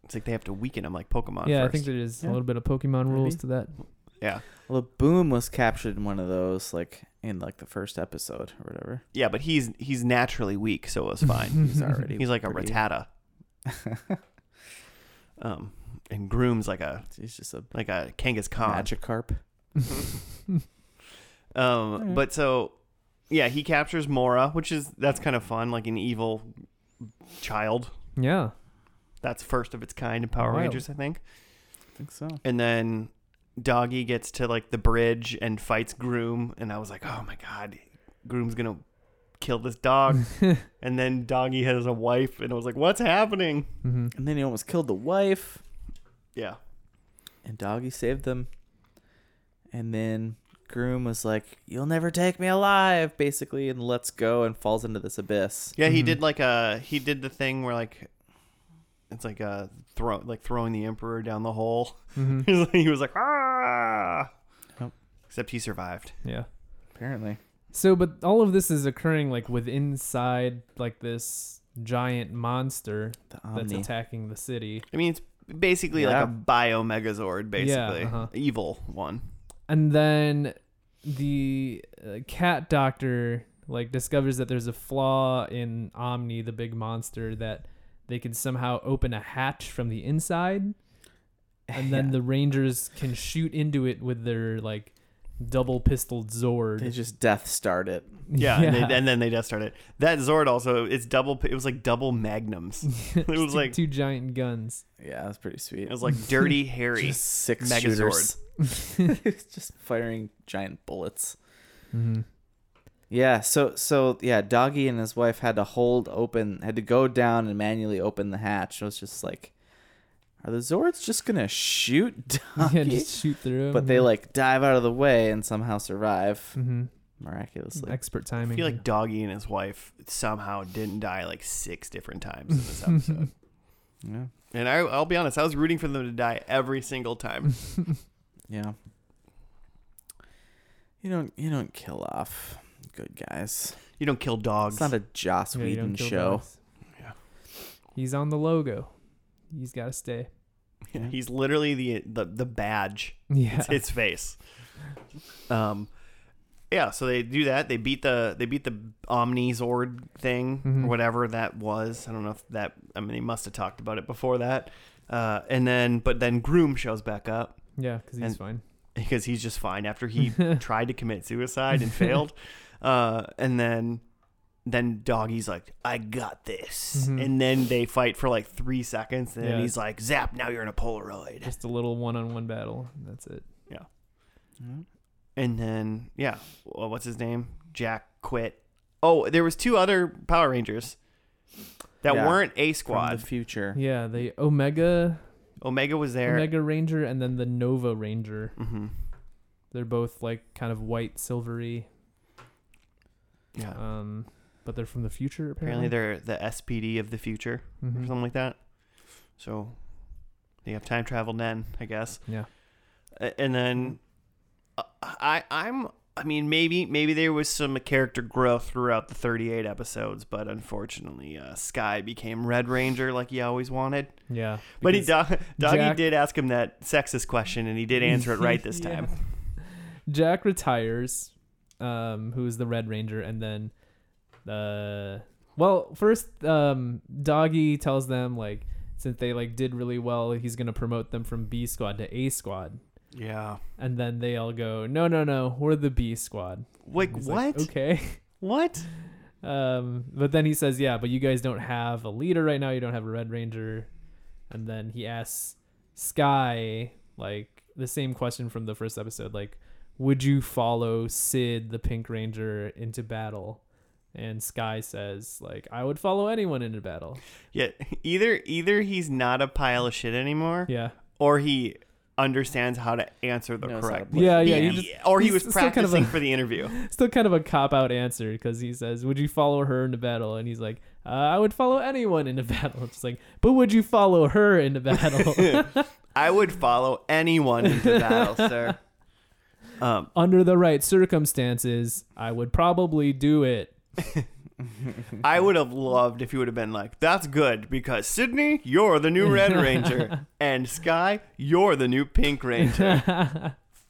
S1: It's like they have to weaken them like Pokemon.
S3: yeah, I
S1: first.
S3: think there is
S2: Yeah.
S3: a little bit of Pokemon rules
S2: Maybe.
S3: to that.
S2: Well, Boom was captured in one of those, like in like the first episode or whatever.
S1: yeah, but he's he's naturally weak, so it was
S3: <laughs>
S1: fine.
S2: He's already.
S1: he's like a
S2: pretty-
S1: Rattata. Um, and groom's like a
S2: he's just a
S1: like a Kangaskhan.
S2: Magikarp. <laughs>
S1: Um,
S2: Alright.
S1: but so, yeah, he captures Mora, which is that's kind of fun, like an evil child.
S3: <laughs> yeah,
S1: That's first of its kind in Power
S3: Wild.
S1: Rangers, I think.
S2: I think so.
S1: And then Doggy gets to like the bridge and fights Groom, and I was like, oh my god, Groom's gonna kill this
S2: <laughs>
S1: dog. and then Doggy has a wife, and I was like, what's happening?
S3: hmm
S2: And then he almost killed the wife,
S1: Yeah,
S2: and Doggy saved them. And then Groom was like, "You'll never take me alive," basically, and lets go and falls into this abyss.
S1: yeah, he
S3: Mhm.
S1: did like a he did the thing where like. It's like a throw, like throwing the emperor down the hole. <laughs>
S2: <laughs>
S3: hmm
S1: he was like, ah.
S2: Yep.
S1: Except he survived.
S3: yeah.
S2: Apparently,
S3: So, but all of this is occurring like with inside like this giant monster
S2: the
S3: that's
S2: Omni.
S3: attacking the city.
S1: I mean, it's basically
S2: Yeah.
S1: like a bio Megazord, basically.
S3: uh-huh.
S1: Evil one.
S3: and then the uh, cat doctor like discovers that there's a flaw in Omni, the big monster, that they can somehow open a hatch from the inside,
S2: <laughs>
S3: and then
S2: Yeah.
S3: the Rangers can shoot into it with their like double pistoled Zord. <laughs>
S2: They just Death Starred it.
S1: Yeah. And, they, and then <laughs> they just started. That Zord also, it's double, it was like double magnums.
S3: it
S1: was like-
S3: two giant guns.
S2: Yeah, that's pretty sweet.
S1: It was like Dirty Harry.
S2: Just six
S1: Megazord.
S2: shooters. <laughs> It's just firing giant bullets.
S3: Mm-hmm.
S2: Yeah, so so yeah, Doggy and his wife had to hold open, had to go down and manually open the hatch. It was just like, are the Zords just gonna shoot <laughs> Doggy?
S3: <laughs> Yeah, just shoot through. 'em,
S2: but they
S3: yeah.
S2: like dive out of the way and somehow survive
S3: Mhm.
S2: miraculously.
S3: expert
S1: I
S3: timing.
S1: feel like Doggy and his wife somehow didn't die like six different times in this episode.
S2: Yeah,
S1: and I, I'll be honest, I was rooting for them to die every single time.
S2: yeah. You don't you don't kill off good guys.
S1: You don't kill dogs.
S2: It's not a Joss
S3: Yeah, you don't
S2: Whedon
S3: kill
S2: show.
S3: dogs.
S1: Yeah.
S3: He's on the logo. He's got to stay. <laughs>
S1: <laughs>
S2: Yeah.
S1: He's literally the, the, the badge. <laughs>
S3: Yeah.
S1: It's its face. Um, yeah. So they do that. They beat the they beat the Omnizord thing
S3: Mhm.
S1: or whatever that was. I don't know if that. I mean, they must have talked about it before that. Uh, and then, but then Groom shows back up
S3: yeah, because he's
S1: and-
S3: fine.
S1: because he's just fine after <laughs> he tried to commit suicide and <laughs> failed. Uh, and then, then Doggy's like, "I got this."
S3: Mhm.
S1: And then they fight for like three seconds, and then
S3: Yeah.
S1: he's like, "Zap! Now you're in a Polaroid." <laughs>
S3: <laughs> Just a little one-on-one battle. and That's it.
S2: Mhm.
S1: And then, yeah, well, what's his name? Jack quit. Oh, there was two other Power Rangers that
S2: Yeah.
S1: weren't A
S2: From
S1: Squad.
S2: the future.
S3: Yeah, the Omega
S1: Omega was there.
S3: Omega Ranger and then the Nova Ranger.
S1: hmm
S3: They're both like kind of white, silvery.
S1: Yeah.
S2: Uh,
S3: Um, but they're from the future apparently.
S1: Apparently, they're the SPD of the future or
S2: Mm-hmm.
S3: Mhm.
S1: something like that. So they have time travel then, I guess.
S3: Yeah.
S1: A- And then uh, I, I'm. I mean, maybe maybe there was some character growth throughout the 38 episodes, but unfortunately, uh, Sky became Red Ranger like he always wanted.
S3: Yeah.
S1: But he
S3: because
S1: Do- Doggy
S3: Jack-
S1: did ask him that sexist question, and he did answer it
S3: <laughs>
S1: right this
S3: Yeah.
S1: time.
S3: Jack retires, um, who is the Red Ranger, and then, uh, well, first, um, Doggy tells them like since they like did really well, he's gonna promote them from B squad to A squad,
S1: Yeah.
S3: and then they all go, no, no, no, we're the B squad.
S1: Like
S3: He's
S1: what?
S3: okay.
S1: What?
S3: Um, but then he says, "Yeah, but you guys don't have a leader right now. You don't have a Red Ranger." And then he asks Sky like the same question from the first episode, like, "Would you follow Sid the Pink Ranger into battle?" And Sky says, "Like, I would follow anyone into battle."
S1: Yeah, either either he's not a pile of shit anymore,
S3: Yeah,
S1: or he understands how to answer the
S2: Knows how to
S1: correct.
S2: play.
S3: yeah, yeah.
S1: Yeah,
S3: you just-
S1: or he
S3: he's
S1: was
S3: still kind of
S1: practicing
S3: a-
S1: for the interview.
S3: still kind of a cop out answer because he says, "Would you follow her into battle?" And he's like, uh, "I would follow anyone into <laughs> battle." It's like, but would you follow her into battle
S1: I would follow anyone into
S3: <laughs>
S1: battle, sir. Um,
S3: under the right circumstances? I would probably do it.
S1: I would have loved if you would have been like, "That's good because Sydney, you're the new
S3: <laughs>
S1: Red Ranger, and Sky, you're the new Pink Ranger."
S3: <laughs>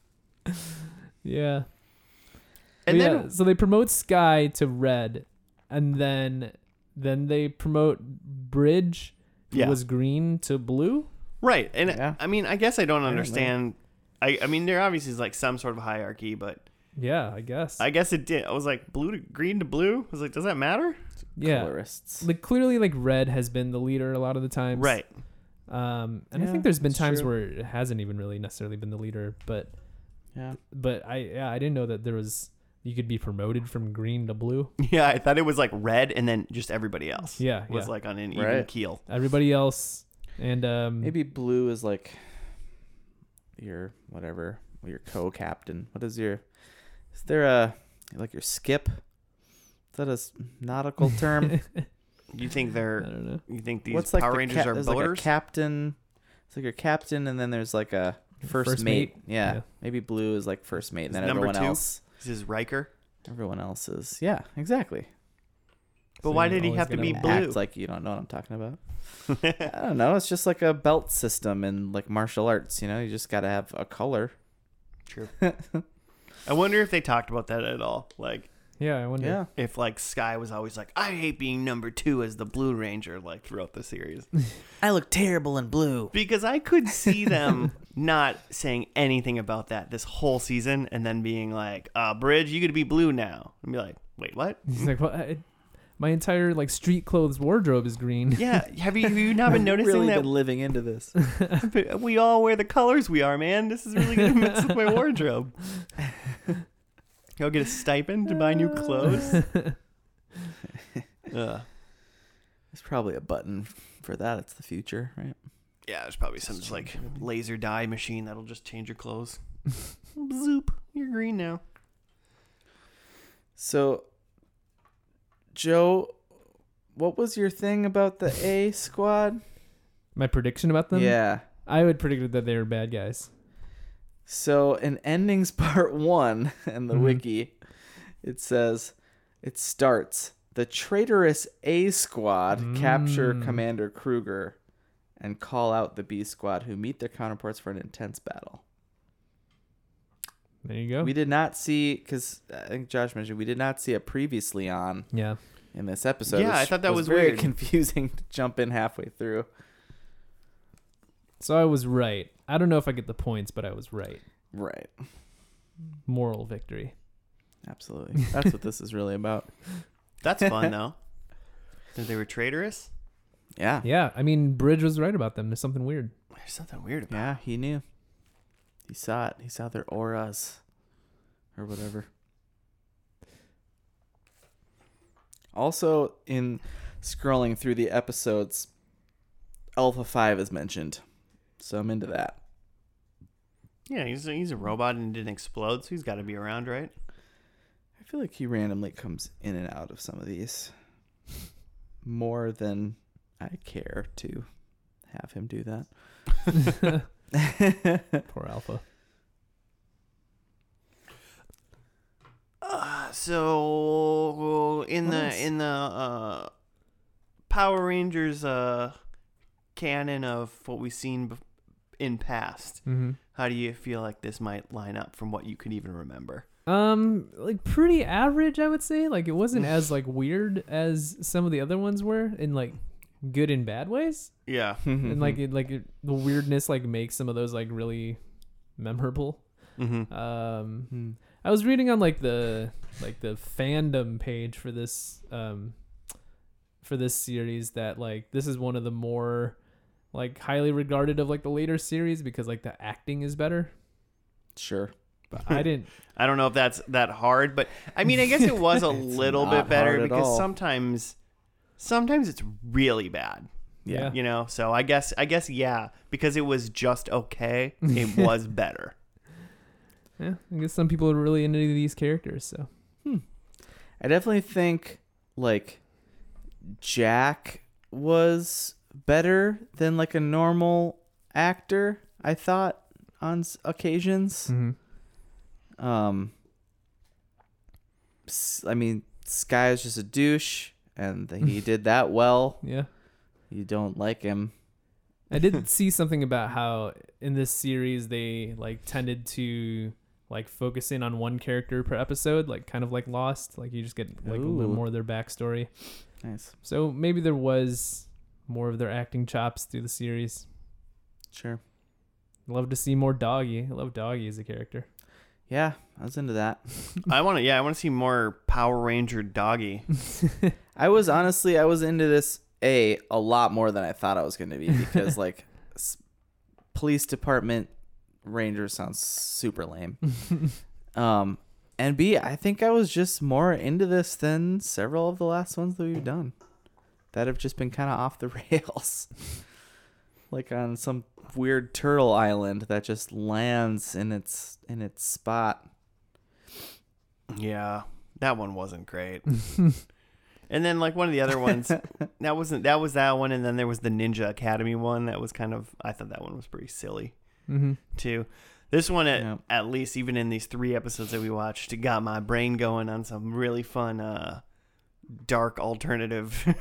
S3: yeah.
S1: And
S3: But yeah,
S1: then
S3: so they promote Sky to Red, and then then they promote Bridge, who
S1: Yeah.
S3: was green to blue.
S1: right, and
S2: Yeah.
S1: I mean, I guess I don't
S2: know.
S1: understand. I, I mean, there obviously is like some sort of hierarchy, but
S3: Yeah, I guess.
S1: I guess it did. I was like, blue to green to blue. I was like, does that matter?
S3: yeah,
S2: Colorists.
S3: like clearly, like Red has been the leader a lot of the times.
S1: Right. <laughs>
S3: Um, and I
S2: Yeah,
S3: think there's been
S2: it's
S3: times
S2: true.
S3: where it hasn't even really necessarily been the leader, but
S2: Yeah.
S3: but I yeah I didn't know that there was you could be promoted from green to blue.
S1: Yeah, I thought it was like red, and then just everybody else.
S3: Yeah,
S1: was
S3: yeah.
S1: like on an even
S2: Right.
S1: keel.
S3: Everybody else and
S1: Mm.
S3: um
S2: Maybe blue is like your whatever, your co-captain. What is your? Is there a like your skip? Is that a s- nautical term?
S1: You think
S3: I
S1: they're?
S3: don't know.
S1: You think <laughs> these
S2: What's like
S1: Power
S2: the
S1: Rangers
S2: cap-
S1: are
S2: there's
S1: boaters?
S2: Like a captain. It's like your captain, and then there's like a first,
S3: First
S2: mate. Yeah.
S3: Yeah.
S2: maybe blue is like first mate, and
S1: Is
S2: then
S1: number
S2: everyone
S1: two?
S2: else.
S1: this is Riker.
S2: Everyone else is yeah, exactly.
S1: But
S3: So
S1: why
S3: you're
S1: did he
S3: always
S1: have to
S3: gonna
S1: be
S3: have-
S1: blue? <laughs>
S2: Act like <laughs> you don't know what I'm talking about. I don't know. It's just like a belt system in like martial arts. You know, you just gotta have a color.
S1: True. I wonder if they talked about that at all. Like
S3: Yeah, I wonder.
S2: Yeah.
S1: if like Sky was always like, I hate being number two as the Blue Ranger, like throughout the series,
S2: I look terrible in blue.
S1: because I could see them <laughs> not saying anything about that this whole season, and then being like, uh, Bridge, you could be blue now, and be like, wait, what?
S3: <laughs> He's like, well, I, my entire like street clothes wardrobe is
S2: <laughs>
S3: green.
S1: Yeah, have you, have you not <laughs> been noticing
S2: really
S1: that
S2: been living into this.
S1: But we all wear the colors we are, man. This is really gonna mess with my <laughs> wardrobe. Go get a stipend to buy new clothes. Ugh.
S2: There's probably a button for that. It's the future, right?
S1: <laughs> Yeah, there's probably some just like laser dye machine that'll just change your clothes. <laughs> Zoop, you're green now.
S2: So, Joe, what was your thing about the A squad?
S3: <laughs> My prediction about them.
S2: yeah.
S3: I would predicted that they were bad guys.
S2: So in endings <laughs> part one in the
S1: Mm-hmm.
S3: Mhm.
S2: wiki, it says it starts the traitorous A squad capture
S3: Mm.
S2: Commander Kruger and call out the B squad who meet their counterparts for an intense battle.
S3: There
S1: Oh.
S3: you go.
S2: We did not see because I think Josh mentioned we did not see a previously on
S3: yeah.
S2: in this episode.
S1: Yeah, I
S2: which
S1: thought that was
S2: very
S1: weird.
S2: confusing <laughs> to jump in halfway through.
S3: So I was right. I don't know if I get the points, but I was right.
S2: Right.
S3: Moral victory.
S2: Absolutely. That's what this is really
S1: <laughs>
S2: about.
S1: That's fun though. <laughs> That they were traitorous.
S2: Yeah.
S3: Yeah, I mean, Bridge was right about them. There's
S2: <laughs>
S3: something weird.
S1: There's something weird about.
S2: Yeah, he knew. He saw it. He saw their auras or whatever. Also, in scrolling through the episodes, Alpha 5 is mentioned. So I'm into that.
S1: Yeah, he's a, he's a robot and didn't explode, so he's got to be around, right?
S2: I feel like he randomly comes in and out of some of these more than I care to have him do that.
S3: Poor Alpha.
S1: Uh, so in
S2: What
S1: the
S2: else?
S1: in the uh, Power Rangers uh, canon of what we've seen bef- in past,
S3: Mm-hmm.
S1: how do you feel like this might line up from what you could even remember?
S3: Um, like pretty average, I would say. Like it wasn't <laughs> as like weird as some of the other ones were in like good and bad ways.
S1: Yeah,
S3: <laughs> And like it, like it, the weirdness like makes some of those like really memorable.
S1: mm-hmm.
S3: Um,
S2: Mhm.
S3: I I was reading on like the like the fandom page for this um for this series that like this is one of the more like highly regarded of like the later series because like the acting is better.
S2: Sure.
S3: But <laughs> I didn't
S1: I don't know if that's that hard, but I mean, I guess it was <laughs> a little
S2: not
S1: bit better
S2: hard at
S1: because
S2: all.
S1: sometimes, sometimes it's really bad.
S3: Yeah.
S1: you know. So I guess, I guess, yeah, because it was just okay. It was better.
S3: yeah, I guess some people are really into these characters, so
S2: I definitely think like Jack was better than like a normal actor. I thought on s- occasions.
S3: Mm-hmm. Hmm.
S2: Um, s- I mean, Sky is just a douche, and
S3: <laughs>
S2: he did that well.
S3: yeah.
S2: You don't like him.
S3: I did see something about how in this series they like tended to like focus in on one character per episode, like kind of like Lost, like you just get like a little
S2: Ooh.
S3: more of their backstory.
S2: Nice,
S3: So maybe there was more of their acting chops through the series.
S2: sure.
S3: Love to see more Doggy. I love Doggy as a character.
S2: Yeah, I was into that.
S1: I want to, yeah, I want to see more Power Ranger doggy.
S2: I was honestly, I was into this a a lot more than I thought I was going to be because
S1: <laughs>
S2: like s- police department ranger sounds super
S1: <laughs>
S2: lame. um, and B, I think I was just more into this than several of the last ones that we've done that have just been kind of off the <laughs> rails, like on some weird turtle island that just lands in its in its spot.
S1: Yeah, that one wasn't great. and then like one of the other ones, that wasn't that was that one, and then there was the Ninja Academy one that was kind of I thought that one was pretty silly
S3: Mm-hmm.
S1: too. This one, at,
S2: Yeah.
S1: at least, even in these three episodes that we watched, it got my brain going on some really fun, uh, dark alternative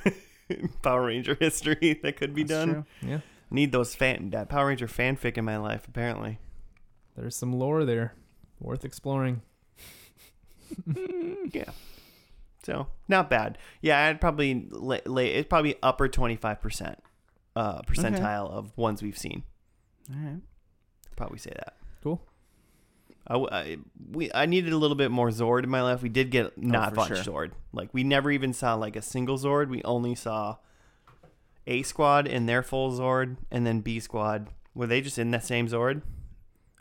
S1: <laughs> Power Ranger history <laughs> that could be
S2: That's
S1: done.
S2: true.
S3: Yeah.
S1: Need those fan that Power Ranger fanfic in my life, apparently.
S3: There's some lore there worth exploring.
S1: Yeah. So not bad. Yeah, I'd probably lay, lay it's probably upper twenty five percent uh percentile of ones we've seen.
S2: All right.
S1: Probably say that.
S3: Cool.
S1: I, w- I- we I needed a little bit more Zord in my life. We did get not
S2: Oh, for
S1: much
S2: sure.
S1: Zord. Like we never even saw like a single Zord. We only saw A Squad in their full Zord, and then B Squad. Were they just in that same Zord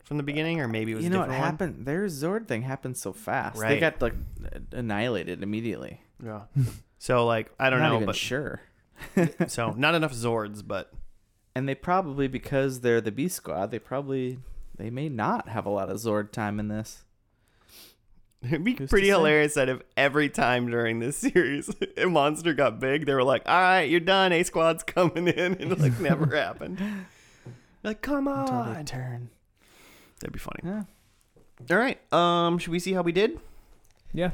S1: from the beginning, or maybe it was
S2: you
S1: a
S2: know what
S1: different one?
S2: happened? Their Zord thing happened so fast. They
S1: Right.
S2: got like annihilated immediately.
S1: Yeah. So like I don't
S2: Not
S1: know,
S2: even
S1: but
S2: sure.
S1: so not enough Zords, but
S2: And they probably because they're the B squad, they probably they may not have a lot of Zord time in this.
S1: It'd be
S2: Who's to
S1: pretty
S2: say?
S1: hilarious that if every time during this <laughs> series a monster got big, they were like, "All right, you're done. A squad's coming in," <laughs> and it, like never happened. Like, come
S2: Until they
S1: on,
S2: turn.
S1: that'd be funny.
S2: Oh, Yeah.
S1: All right, um, should we see how we did?
S3: Yeah.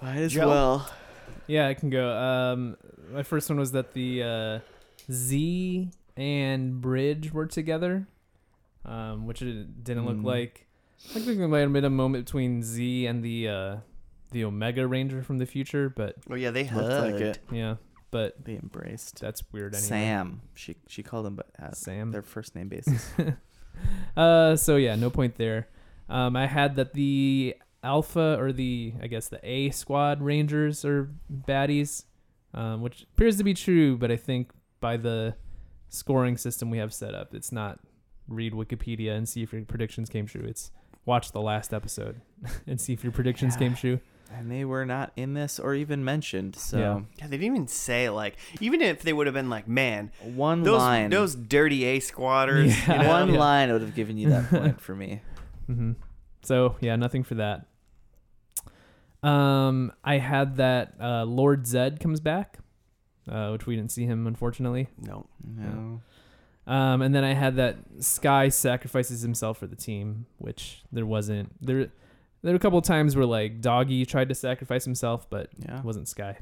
S2: Might as
S1: Joe?
S2: well.
S3: Yeah, I can go. Um, my first one was that the uh, Z and Bridge were together, um, which it didn't look
S2: Mm.
S3: like. I think there might have been a moment between Z and the uh, the Omega Ranger from the future, but
S1: Oh yeah, they
S2: Looks
S1: hugged.
S2: like it.
S3: yeah, but
S2: They embraced.
S3: that's weird anyway.
S2: Sam. She she called him but uh,
S3: Sam.
S2: their first name basis. <laughs>
S3: <laughs> Uh, so yeah, no point there. Um, I had that the Alpha or the I guess the A Squad Rangers are baddies, um, which appears to be true, but I think by the scoring system we have set up, it's not read Wikipedia and see if your predictions came true. It's watch the last episode <laughs> and see if your predictions
S2: Yeah.
S3: came true.
S2: and they were not in this or even mentioned. So
S1: Yeah, they didn't even say like, even if they would have been like, "Man,
S2: one
S1: those
S2: line
S1: those dirty A squatters."
S3: Yeah.
S1: you know?
S2: <laughs>
S1: <laughs>
S2: one
S3: Yeah.
S2: line would have given you that point for me.
S3: Mm-hmm. So yeah, nothing for that. Um, I had that uh, Lord Zed comes back, uh, which we didn't see him unfortunately.
S1: No,
S2: No.
S3: Um, and then I had that Sky sacrifices himself for the team, which there wasn't there. There were a couple of times where like Doggy tried to sacrifice himself, but
S2: Yeah.
S3: it wasn't Sky.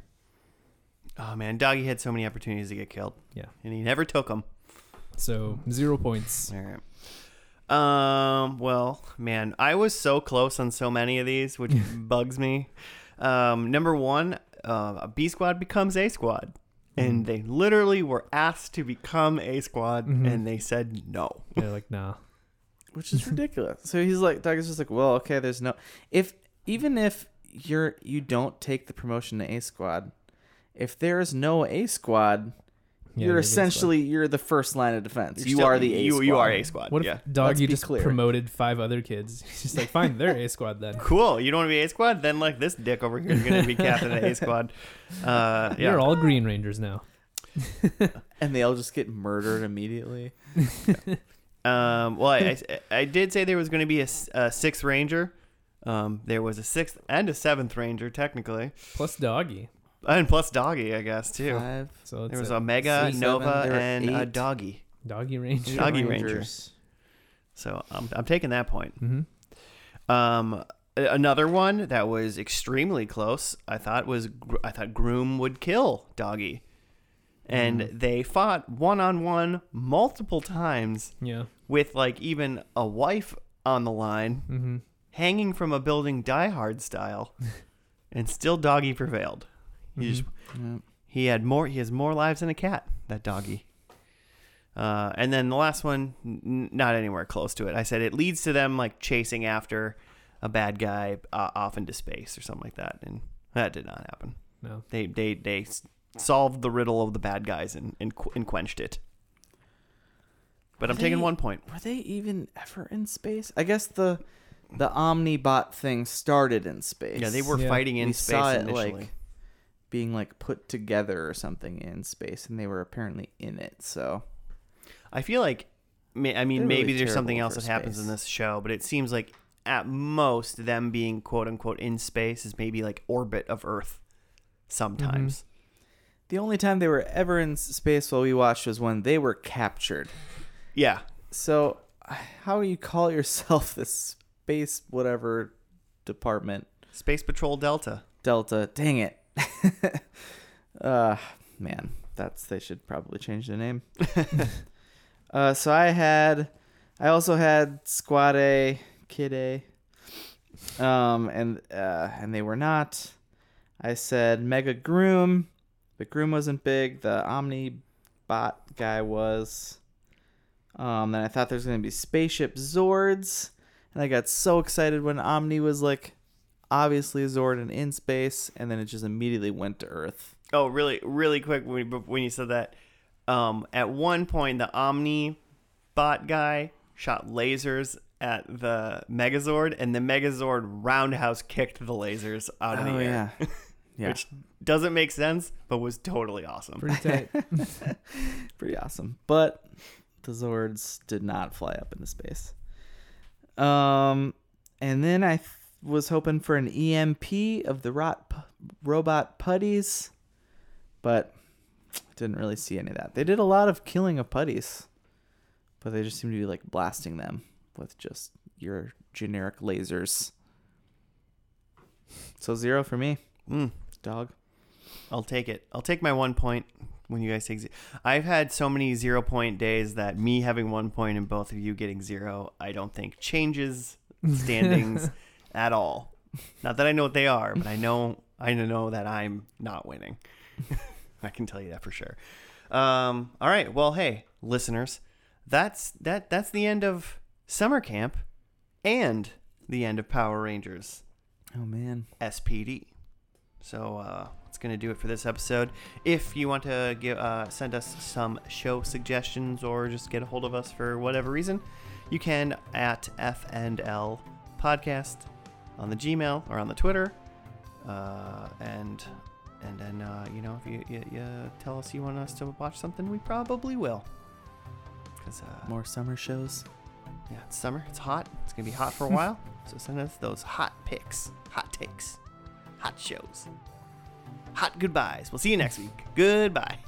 S1: oh man, Doggy had so many opportunities to get killed.
S3: Yeah.
S1: and he never took them.
S3: So zero points.
S1: All right. Um. Well, man, I was so close on so many of these,
S3: <laughs>
S1: which bugs me. Um. Number one, uh, B squad becomes A squad,
S3: Mm-hmm.
S1: and they literally were asked to become A squad,
S3: Mhm.
S1: and they said no.
S3: They're like, nah.
S2: which is ridiculous. so he's like, Doug is just like, well, okay, there's no if even if you're you don't take the promotion to A squad, if there is no A squad,
S3: Yeah,
S2: you're
S3: it is, but-
S2: essentially you're the first line of defense.
S1: You're
S2: you
S1: still-
S2: are the A
S1: you,
S2: squad.
S1: You are A squad.
S3: What if
S1: yeah.
S3: dog
S2: Let's
S3: you
S2: be
S3: just
S2: clear.
S3: promoted five other kids? <laughs> He's just like, fine, they're A
S2: <laughs>
S3: squad then.
S1: Cool. You don't want to be A squad? Then like this dick over here is going to be captain
S3: <laughs>
S1: of A squad. Uh, yeah.
S3: They're all Green Rangers now.
S2: and they all just get murdered immediately.
S1: Um, well,
S3: <laughs>
S1: I, I, I did say there was going to be a, s- a sixth ranger. Um, there was a sixth and a seventh ranger technically,
S3: Plus doggy.
S1: and plus doggy, I guess too.
S2: Five
S3: So it's
S1: there was
S3: a
S1: a mega,
S2: six,
S1: nova,
S2: seven, there were
S1: and a
S2: eight.
S1: doggy.
S3: doggy ranger.
S1: Doggy So I'm, I'm taking that point.
S3: hmm
S1: Um, a- another one that was extremely close, I thought was Gr- I thought Groom would kill Doggy, and
S2: Mm-hmm.
S1: they fought one on one multiple times
S3: Yeah.
S1: with like even a wife on the line,
S3: Mm-hmm.
S1: hanging from a building, Die Hard
S2: <laughs>
S1: style, and still Doggy prevailed. He
S2: Mm-hmm.
S1: just
S2: Yeah.
S1: he had more. He has more lives than a cat. That doggy. Uh, and then the last one, n- not anywhere close to it. I said it leads to them like chasing after a bad guy uh, off into space or something like that, and that did not happen.
S3: No.
S1: They they they s- solved the riddle of the bad guys and and, qu- and quenched it. But I'm
S2: They-
S1: taking one point.
S2: Were they even ever in space? I guess the the Omnibot thing started in space.
S1: Yeah, they were
S3: Yeah.
S1: fighting in
S2: we
S1: space
S2: saw it
S1: initially.
S2: like being like put together or something in space, and they were apparently in it. So
S1: I feel like, ma- I mean,
S2: They're
S1: maybe
S2: really
S1: there's something
S2: terrible
S1: else
S2: for
S1: that happens in
S2: space.
S1: this show, but it seems like at most them being quote unquote in space is maybe like orbit of Earth sometimes.
S2: Mm-hmm. the only time they were ever in s- space while we watched was when they were captured.
S1: Yeah.
S2: So <sighs> how you call yourself <laughs> the space whatever department
S1: Space Patrol Delta.
S2: Delta? Dang it. <laughs> uh man, that's they should probably change their name. uh so I had I also had Squad A, Kid A. Um and uh and they were not. I said Mega Groom. The Groom wasn't big, the Omni bot guy was. Um then I thought there's going to be spaceship Zords and I got so excited when Omni was like obviously Zord and in space, and then it just immediately went to Earth.
S1: Oh, really, really quick when, you- when you said that. Um, at one point, the Omni bot guy shot lasers at the Megazord, and the Megazord roundhouse kicked the lasers out of the air,
S2: Oh, yeah, <laughs> yeah,
S1: Oh, which doesn't make sense, but was totally awesome.
S3: Pretty tight.
S2: pretty awesome. But the Zords did not fly up into space. Um, and then I th- was hoping for an EMP of the rot p- robot putties, but didn't really see any of that. They did a lot of killing of putties, but they just seemed to be like blasting them with just your generic lasers. So zero for me,
S1: Mm.
S2: dog.
S1: I'll take it. I'll take my one point when you guys take. Ze- I've had so many zero point days that me having one point and both of you getting zero, I don't think changes standings at all. Not that I know what they are, but I know I know that I'm not winning. <laughs> I can tell you that for sure. Um, all right. Well, hey, listeners, that's that. That's the end of summer camp, and the end of Power Rangers.
S2: Oh man.
S1: SPD. So uh, that's going to do it for this episode. If you want to give, uh, send us some show suggestions or just get a hold of us for whatever reason, you can at FNL Podcast on the Gmail or on the Twitter. Uh, and and then, uh, you know, if you, you, you tell us you want us to watch something, we probably will. Because uh,
S2: More summer shows.
S1: yeah, it's summer. It's hot. It's gonna be hot for a while. So send us those hot picks, hot takes, hot shows, hot goodbyes. We'll see you next week. Goodbye.